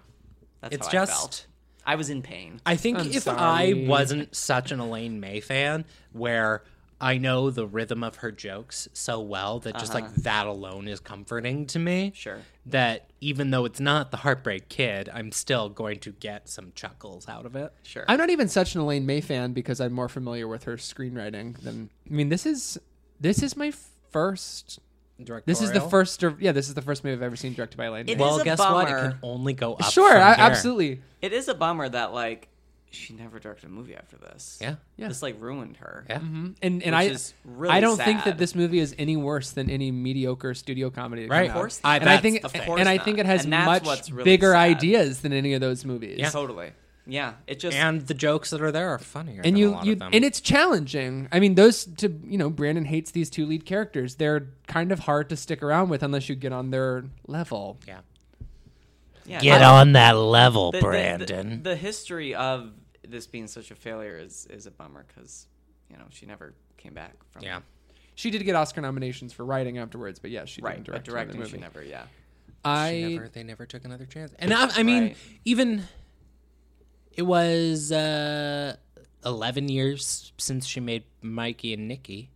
S3: That's
S2: it's
S3: how
S2: just.
S3: I felt. I was in pain.
S2: I think
S1: I'm
S2: if I
S1: sorry.
S2: wasn't such an Elaine May fan, where I know the rhythm of her jokes so well that just
S1: Uh-huh.
S2: like that alone is comforting to me.
S3: Sure.
S2: That even though it's not the Heartbreak Kid, I'm still going to get some chuckles out of it.
S3: Sure.
S1: I'm not even such an Elaine May fan because I'm more familiar with her screenwriting than I mean this is this is my first this is the
S2: Directorial.
S1: first yeah, this is the first movie I've ever seen directed by Elaine May.
S3: It is
S2: Well,
S3: a
S2: guess what? It
S3: bummer.
S2: can only go up.
S1: sure,
S2: from
S1: I,
S2: there.
S1: absolutely.
S3: it is a bummer that, like, she never directed a movie after this.
S2: Yeah.
S1: Yeah.
S3: This, like, ruined her.
S2: Yeah.
S1: and and
S3: Which
S1: I
S3: is really
S1: I don't think
S3: sad.
S1: that this movie is any worse than any mediocre studio comedy. That
S2: Right.
S1: came
S2: Of
S1: out.
S2: course not.
S1: and
S2: I-
S1: I
S2: that's-
S1: think
S3: of course
S1: and I
S3: not.
S1: think it has
S3: And that's
S1: much
S3: what's really
S1: bigger
S3: sad.
S1: ideas than any of those movies.
S2: Yeah.
S3: Totally. Yeah. It just.
S2: And the jokes that are there are funnier. than
S1: And
S2: a
S1: you,
S2: lot
S1: you
S2: of them.
S1: and it's challenging. I mean, those to you know, Brandon hates these two lead characters. They're kind of hard to stick around with unless you get on their level.
S2: yeah.
S3: yeah,
S4: Get
S3: I-
S4: on that level,
S3: the- the- the-
S4: Brandon.
S3: The, history of this being such a failure is, is a bummer because, you know, she never came back from
S2: Yeah.
S1: She did get Oscar nominations for writing afterwards, but yeah, she
S3: Right.
S1: didn't
S3: But
S1: direct
S3: directing,
S1: another
S3: she
S1: movie.
S3: never, yeah.
S1: I
S2: She never, they never took another chance. And I, I mean,
S3: Right.
S2: even it was uh, eleven years since she made Mikey and Nikki,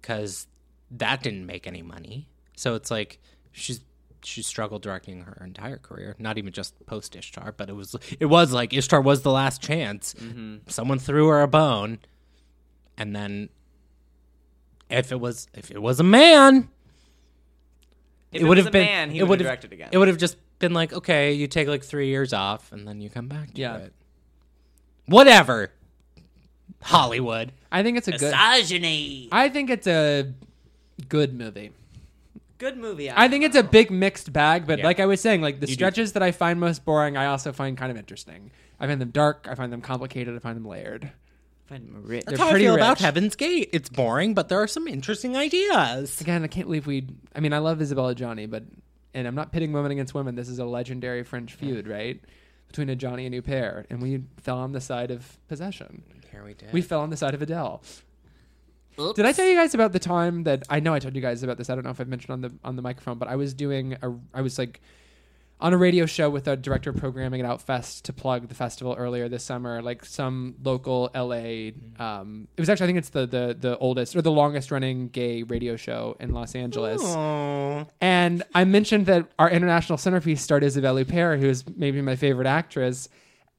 S2: because that didn't make any money. So it's like she's she struggled directing her entire career, not even just post Ishtar, but it was it was like Ishtar was the last chance. Someone threw her a bone, and then if it was if it was a man,
S3: If
S2: it would
S3: was
S2: have
S3: a
S2: been
S3: man, he
S2: it
S3: would have
S2: would've-
S3: directed again.
S2: It would have just been like, okay, you take like three years off and then you come back. To
S1: Yeah.
S2: it. Whatever. Hollywood.
S1: I think it's a good.
S6: Misogyny.
S1: I think it's a good movie.
S3: Good movie.
S1: I think it's a big mixed bag, but
S2: Yeah.
S1: like I was saying, like the stretches that I find most boring, I also find kind of interesting. I find them dark. I find them complicated. I find them layered.
S3: Rich.
S1: They're
S2: That's how I
S1: pretty
S2: feel
S1: rich.
S2: about Heaven's Gate. It's boring, but there are some interesting ideas.
S1: Again, I can't believe we. I mean, I love Isabella Johnny, but and I'm not pitting women against women. This is a legendary French feud, right? Between a Johnny and a new pair, and we fell on the side of possession.
S2: Here we did.
S1: We fell on the side of Adele. Did I tell you guys about the time that I know I told you guys about this? I don't know if I've mentioned on the on the microphone, but I was doing a I was like on a radio show with a director of programming at Outfest to plug the festival earlier this summer, like some local LA. Um, it was actually I think it's the the the oldest or the longest running gay radio show in Los Angeles. And I mentioned that our international centerpiece starred Isabelle Huppert, who is maybe my favorite actress.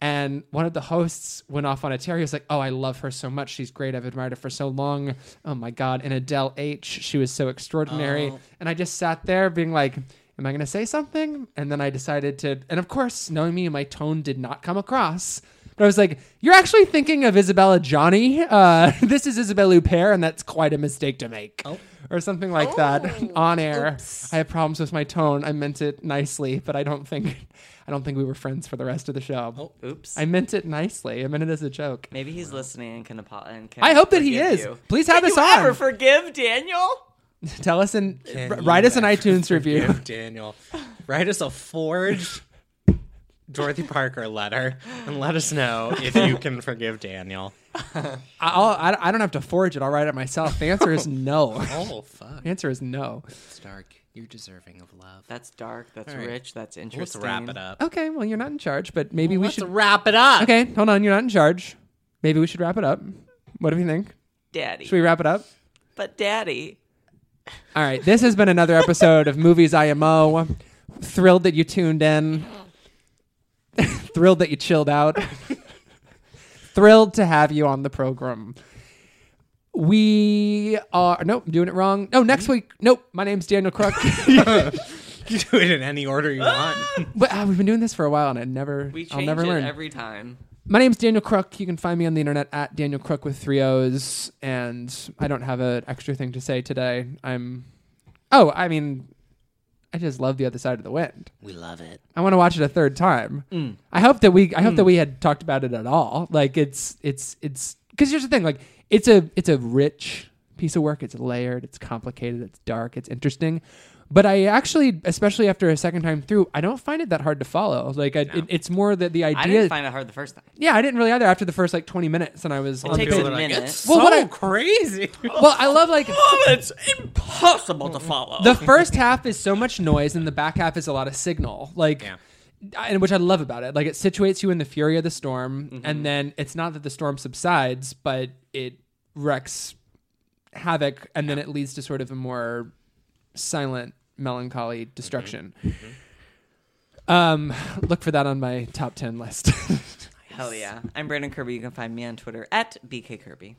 S1: And one of the hosts went off on a tear. He was like, "Oh, I love her so much. She's great. I've admired her for so long. Oh my god!" And Adele H. She was so extraordinary. And I just sat there, being like, "Am I going to say something?" And then I decided to. And of course, knowing me, my tone did not come across. But I was like, "You're actually thinking of Isabella Johnny. Uh, this is Isabelle Huppert, and that's quite a mistake to make." Or something like that on air. I have problems with my tone. I meant it nicely, but I don't think I don't think we were friends for the rest of the show.
S3: Oops.
S1: I meant it nicely. I meant it as a joke.
S3: Maybe he's listening and can apologize. And can
S1: I hope that he
S3: forgive
S1: is.
S3: you.
S1: Please have
S3: Can
S1: us
S3: you
S1: on.
S3: ever forgive Daniel?
S1: Tell us and
S2: Can
S1: r-
S2: you
S1: write us an
S2: ever
S1: iTunes review.
S2: forgive Daniel. Write us a forged Dorothy Parker letter and let us know if you can forgive Daniel.
S1: I- I'll, I, I don't have to forge it. I'll write it myself. The answer is no.
S2: Oh fuck,
S1: The answer is no.
S2: it's dark. You're deserving of love.
S3: That's dark. That's
S2: right.
S3: rich. That's
S2: Let's
S3: interesting.
S2: wrap it up.
S1: Okay, well, you're not in charge, but maybe we
S2: Let's
S1: should.
S2: wrap it up.
S1: okay, hold on. You're not in charge. Maybe we should wrap it up. What do you think?
S3: Daddy.
S1: Should we wrap it up?
S3: But daddy.
S1: All right. This has been another episode of Movies IMO. Thrilled that you tuned in. Thrilled that you chilled out. Thrilled to have you on the program. We are nope, I'm doing it wrong. No, next
S3: Hmm?
S1: week. Nope. My name's Daniel Crook.
S2: You do it in any order you want.
S1: but uh, we've been doing this for a while, and I never,
S3: We change
S1: I'll never
S3: it
S1: learn.
S3: every time.
S1: My name's Daniel Crook. You can find me on the internet at Daniel Crook with three O's. And I don't have an extra thing to say today. I'm. Oh, I mean, I just love the other side of the wind.
S4: We love it.
S1: I want to watch it a third time.
S3: Mm.
S1: I hope that we I hope that we had talked about it at all. Like it's it's it's because here's the thing. Like it's a it's a rich piece of work. It's layered. It's complicated. It's dark. It's interesting. But I actually, especially after a second time through, I don't find it that hard to follow. Like I, it, it's more that the idea.
S3: I didn't find it hard the first time.
S1: yeah, I didn't really either. After the first like 20 minutes, and I was on
S3: takes
S1: page-
S3: a minute.
S1: Well, what I-
S2: crazy.
S1: well, I love like
S6: It's impossible to follow.
S1: the first half is so much noise and the back half is a lot of signal like I- and which i love about it like it situates you in the fury of the storm and then it's not that the storm subsides but it wrecks havoc and then it leads to sort of a more silent melancholy destruction um look for that on my top 10 list
S3: Hell yeah. I'm Brandon Kirby. You can find me on Twitter at BK Kirby.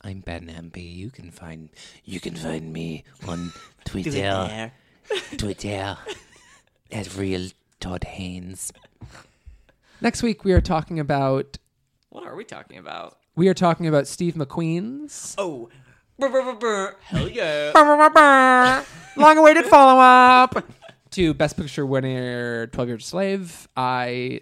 S4: I'm Ben MP. You can find you can find me on Twitter. Twitter at real Todd Haynes.
S1: next week we are talking about
S3: What are we talking about?
S1: we are talking about steve mcqueen's
S3: Oh. Brr, brr, brr, brr. Hell yeah.
S1: long awaited follow up to Best Picture winner 12 Years a Slave. I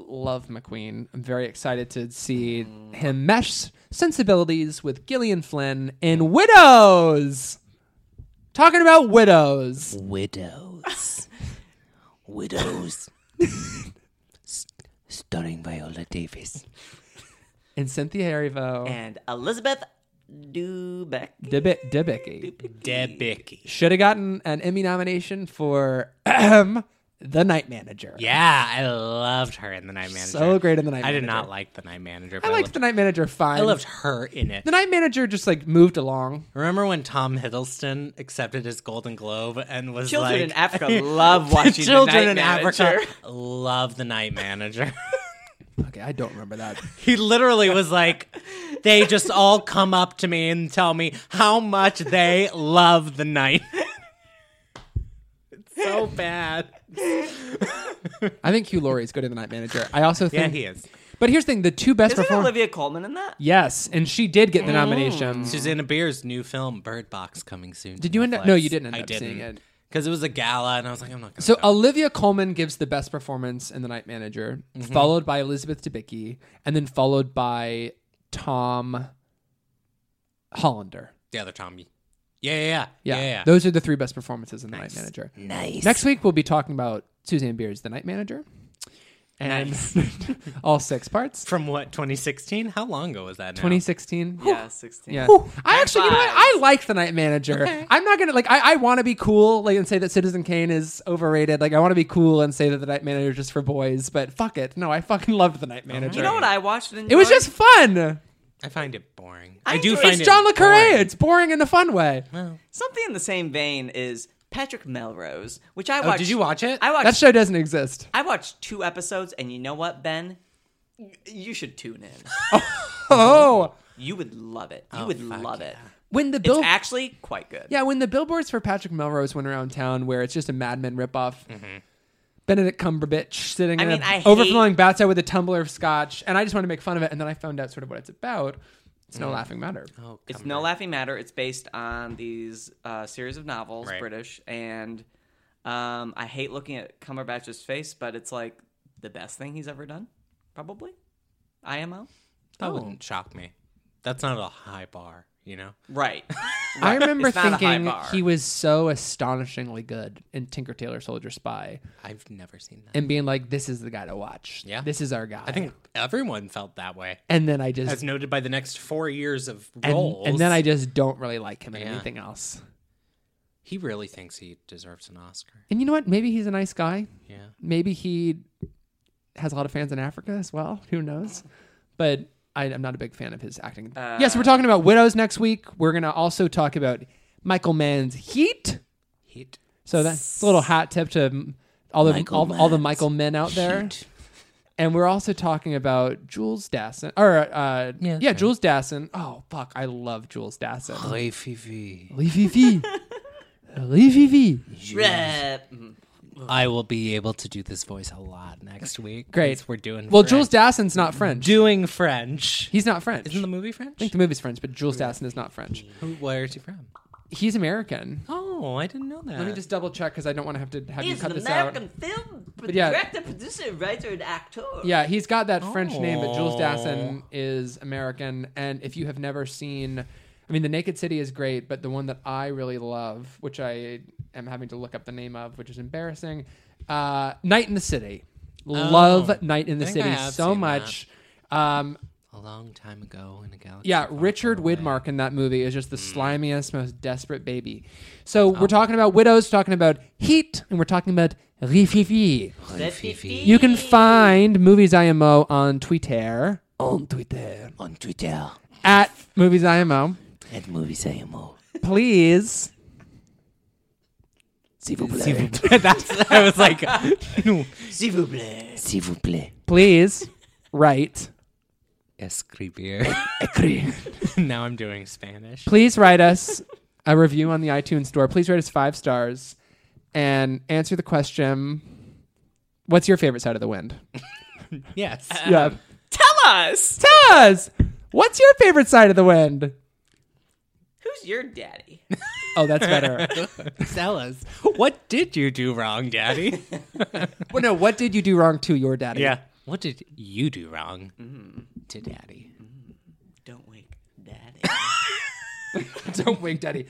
S1: love McQueen. I'm very excited to see him mesh sensibilities with Gillian Flynn in Widows. Talking about widows.
S4: Widows. Widows. S- Starring Viola Davis.
S1: And Cynthia Erivo.
S3: and Elizabeth Dubeck.
S1: Dibbick Dibbicky.
S2: Debicki.
S1: Should have gotten an Emmy nomination for The Night Manager.
S2: Yeah, I loved her in the Night Manager.
S1: So great in The Night
S2: I did
S1: Manager.
S2: not like the Night Manager. But
S1: I
S2: I,
S1: liked
S2: loved,
S1: The Night Manager fine.
S2: I loved her in it.
S1: The Night Manager just like moved along.
S2: Remember when Tom Hiddleston accepted his Golden Globe and was
S3: Children
S2: like,
S3: in Africa love watching The
S2: children
S3: Night
S2: in
S3: Manager.
S2: Africa love the Night Manager.
S1: Okay, I don't remember that.
S2: he literally was like, they just all come up to me and tell me how much they love the night. it's so bad.
S1: I think Hugh Laurie is good in the Night Manager. I also think
S2: Yeah, he is.
S1: But here's the thing: the two best
S3: Isn't
S1: performers.
S3: Olivia Colman in that?
S1: yes, and she did
S2: Mm.
S1: get the nomination.
S2: Susanna Beer's new film, Bird Box, coming soon.
S1: Did you end up- no, you didn't end up seeing it.
S2: Because it was a gala, and I was like, I'm not going to.
S1: So Olivia Colman gives the best performance in The Night Manager,
S2: Mm-hmm.
S1: followed by Elizabeth Debicki, and then followed by Tom Hollander.
S2: the other Tommy. Yeah, yeah, yeah.
S1: Yeah,
S2: yeah, yeah, yeah.
S1: those are the three best performances in The Night Manager.
S4: Nice.
S1: Next week we'll be talking about Suzanne Beer's The Night Manager, and all six parts.
S2: From what, 2016? How long ago was that now?
S1: 2016.
S3: Yeah, sixteen.
S1: Yeah. I actually, you know what? I like the Night Manager. I'm not gonna like. I, I want to be cool, like, and say that Citizen Kane is overrated. Like, I want to be cool and say that the Night Manager is just for boys. But fuck it, no, I fucking loved the Night Manager.
S3: You know what I watched? And
S1: It was just fun.
S2: I find it boring. I, do
S3: enjoy-
S2: find
S1: It's
S2: it
S1: John Le Carre.
S2: boring.
S1: It's boring in a fun way.
S3: something in the same vein is Patrick Melrose, which I
S2: Oh,
S3: watched.
S2: did you watch it?
S3: I watched.
S1: That show doesn't exist.
S3: I watched two episodes, and you know what, Ben? Y- You should tune in.
S1: Oh,
S3: You would love it. You would love it.
S1: when the
S3: It's
S1: Bill,
S3: actually quite good.
S1: yeah, when the billboards for Patrick Melrose went around town, where it's just a Mad Men ripoff. Benedict Cumberbatch sitting
S3: Mm-hmm. I
S1: in
S3: mean, I
S1: an
S3: hate-
S1: overflowing bathtub with a tumbler of scotch, and I just wanted to make fun of it. And then I found out sort of what it's about. It's
S3: Mm.
S1: no laughing matter.
S3: It's no laughing matter. It's based on these uh, series of novels,
S2: Right.
S3: British, and um, I hate looking at Cumberbatch's face, but it's like the best thing he's ever done, probably. IMO.
S1: Oh.
S2: That wouldn't shock me. That's not a high bar, you know?
S3: Right.
S1: I remember
S3: It's not a high
S1: thinking
S3: bar.
S1: he was so astonishingly good in Tinker Tailor Soldier Spy
S2: I've never seen that.
S1: and being like, this is the guy to watch.
S2: Yeah.
S1: This is our guy.
S2: I think everyone felt that way.
S1: And then I just.
S2: As noted by the next four years of
S1: and,
S2: roles.
S1: and then I just don't really like him in
S2: Yeah.
S1: anything else.
S2: He really thinks he deserves an Oscar.
S1: And you know what? Maybe he's a nice guy.
S2: Yeah.
S1: Maybe he has a lot of fans in Africa as well. Who knows? But I, I'm not a big fan of his acting. yes, we're talking about Widows next week. We're going to also talk about Michael Mann's Heat.
S2: Heat.
S1: So that's a little hot tip to all the all, all the Michael men out there. And we're also talking about Jules Dassin, or uh, yeah, Jules Dassin. Oh fuck, I love Jules Dassin.
S4: Hey, Fifi.
S1: Lee Fifi, Lee Fifi.
S3: Rep.
S2: I will be able to do this voice a lot next week.
S1: Great.
S2: since We're doing
S1: Well,
S2: French.
S1: Jules Dassin's not French.
S2: doing French.
S1: He's not French.
S2: Isn't the
S1: I
S2: movie French?
S1: think the movie's French, but Jules Dassin is not French.
S2: Who, where is he from?
S1: He's American.
S2: Oh, I didn't know that.
S1: Let me just double check because I don't want to have to have
S6: He's
S1: you
S6: an
S1: cut this
S6: American
S1: out.
S6: film
S1: yeah.
S6: director, producer, writer, and actor.
S1: Yeah, he's got that French name, but Jules
S2: Oh.
S1: Dassin is American. And if you have never seen, I mean, The Naked City is great, but the one that I really love, which I am having to look up the name of, which is embarrassing, uh, Night in the City. Love Night in the
S2: think Oh. I
S1: City
S2: have
S1: so
S2: seen
S1: much. Um,
S2: a long time ago in a galaxy.
S1: yeah,
S2: far,
S1: Richard
S2: far away.
S1: Widmark in that movie is just the slimiest, most desperate baby. So we're talking about widows, talking about heat, and we're talking about rififi.
S6: Rep- Fifi.
S1: You can find Movies IMO on Twitter. On Twitter.
S4: On Twitter.
S1: At Movies IMO.
S4: At Movies AMO.
S1: Please.
S4: S'il vous plaît.
S2: That's, I was like,
S6: S'il vous plaît.
S4: S'il vous plaît.
S1: Please. Write.
S2: Escribir.
S4: Écris.
S2: now I'm doing Spanish.
S1: Please write us a review on the iTunes store. Please write us five stars and answer the question What's your favorite side of the wind?
S2: Yes.
S1: Yeah.
S3: Tell us
S1: Um, Tell us. What's your favorite side of the wind?
S3: who's your daddy.
S1: Oh, that's better.
S2: Tell us. What did you do wrong, Daddy?
S1: well, no, what did you do wrong to your daddy?
S2: What did you do wrong
S1: Mm.
S2: to Daddy?
S3: Don't wake daddy.
S1: Don't wink, daddy.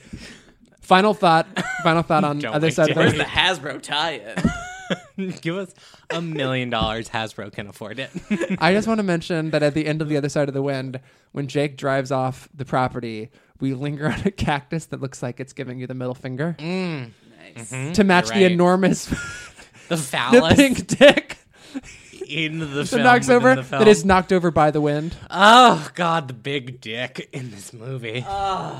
S1: Final thought. Final thought on
S2: Don't
S1: other
S2: wink,
S1: side of the
S3: Where's
S1: wind.
S3: the Hasbro tie-in?
S2: Give us a million dollars. Hasbro can afford it.
S1: I just want to mention that at the end of the other side of the wind, when Jake drives off the property, we linger on a cactus that looks like it's giving you the middle finger Mm.
S3: nice.
S1: to match the
S2: right.
S1: enormous
S2: the
S1: the
S2: phallus
S1: pink dick
S2: in the
S1: that
S2: film.
S1: knocks
S2: within
S1: over
S2: the
S1: that is
S2: film.
S1: knocked over by the wind.
S2: Oh God, the big dick in this movie.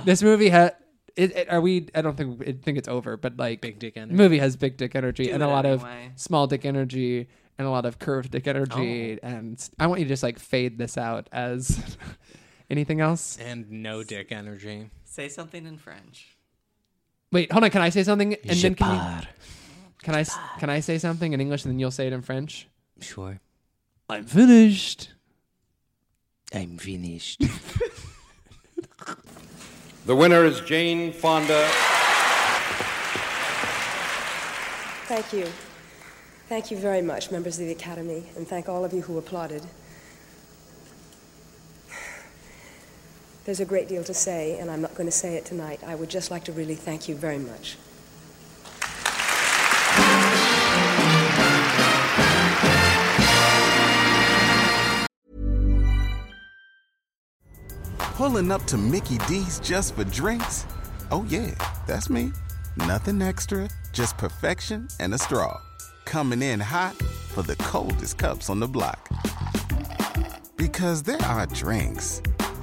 S1: This movie has. It, it- are we? I don't think I think it's over, but like
S2: Big dick energy.
S1: The movie has big dick energy and
S3: it
S1: a lot
S3: anyway.
S1: of small dick energy and a lot of curved dick energy. And s- I want you to just like fade this out as anything else.
S2: and no dick energy.
S3: Say something in French.
S1: Wait, hold on. Can I say something? And
S4: Je
S1: then can, you,
S4: pars.
S1: can I s- can I say something in English and then you'll say it in French?
S4: Sure.
S1: I'm finished.
S4: I'm finished.
S7: The winner is Jane Fonda.
S8: Thank you. Thank you very much, members of the Academy, and thank all of you who applauded. There's a great deal to say, and I'm not going to say it tonight. I would just like to really thank you very much.
S4: Pulling up to Mickey D's just for drinks? Oh, yeah, that's me. Nothing extra, just perfection and a straw. Coming in hot for the coldest cups on the block. Because there are drinks,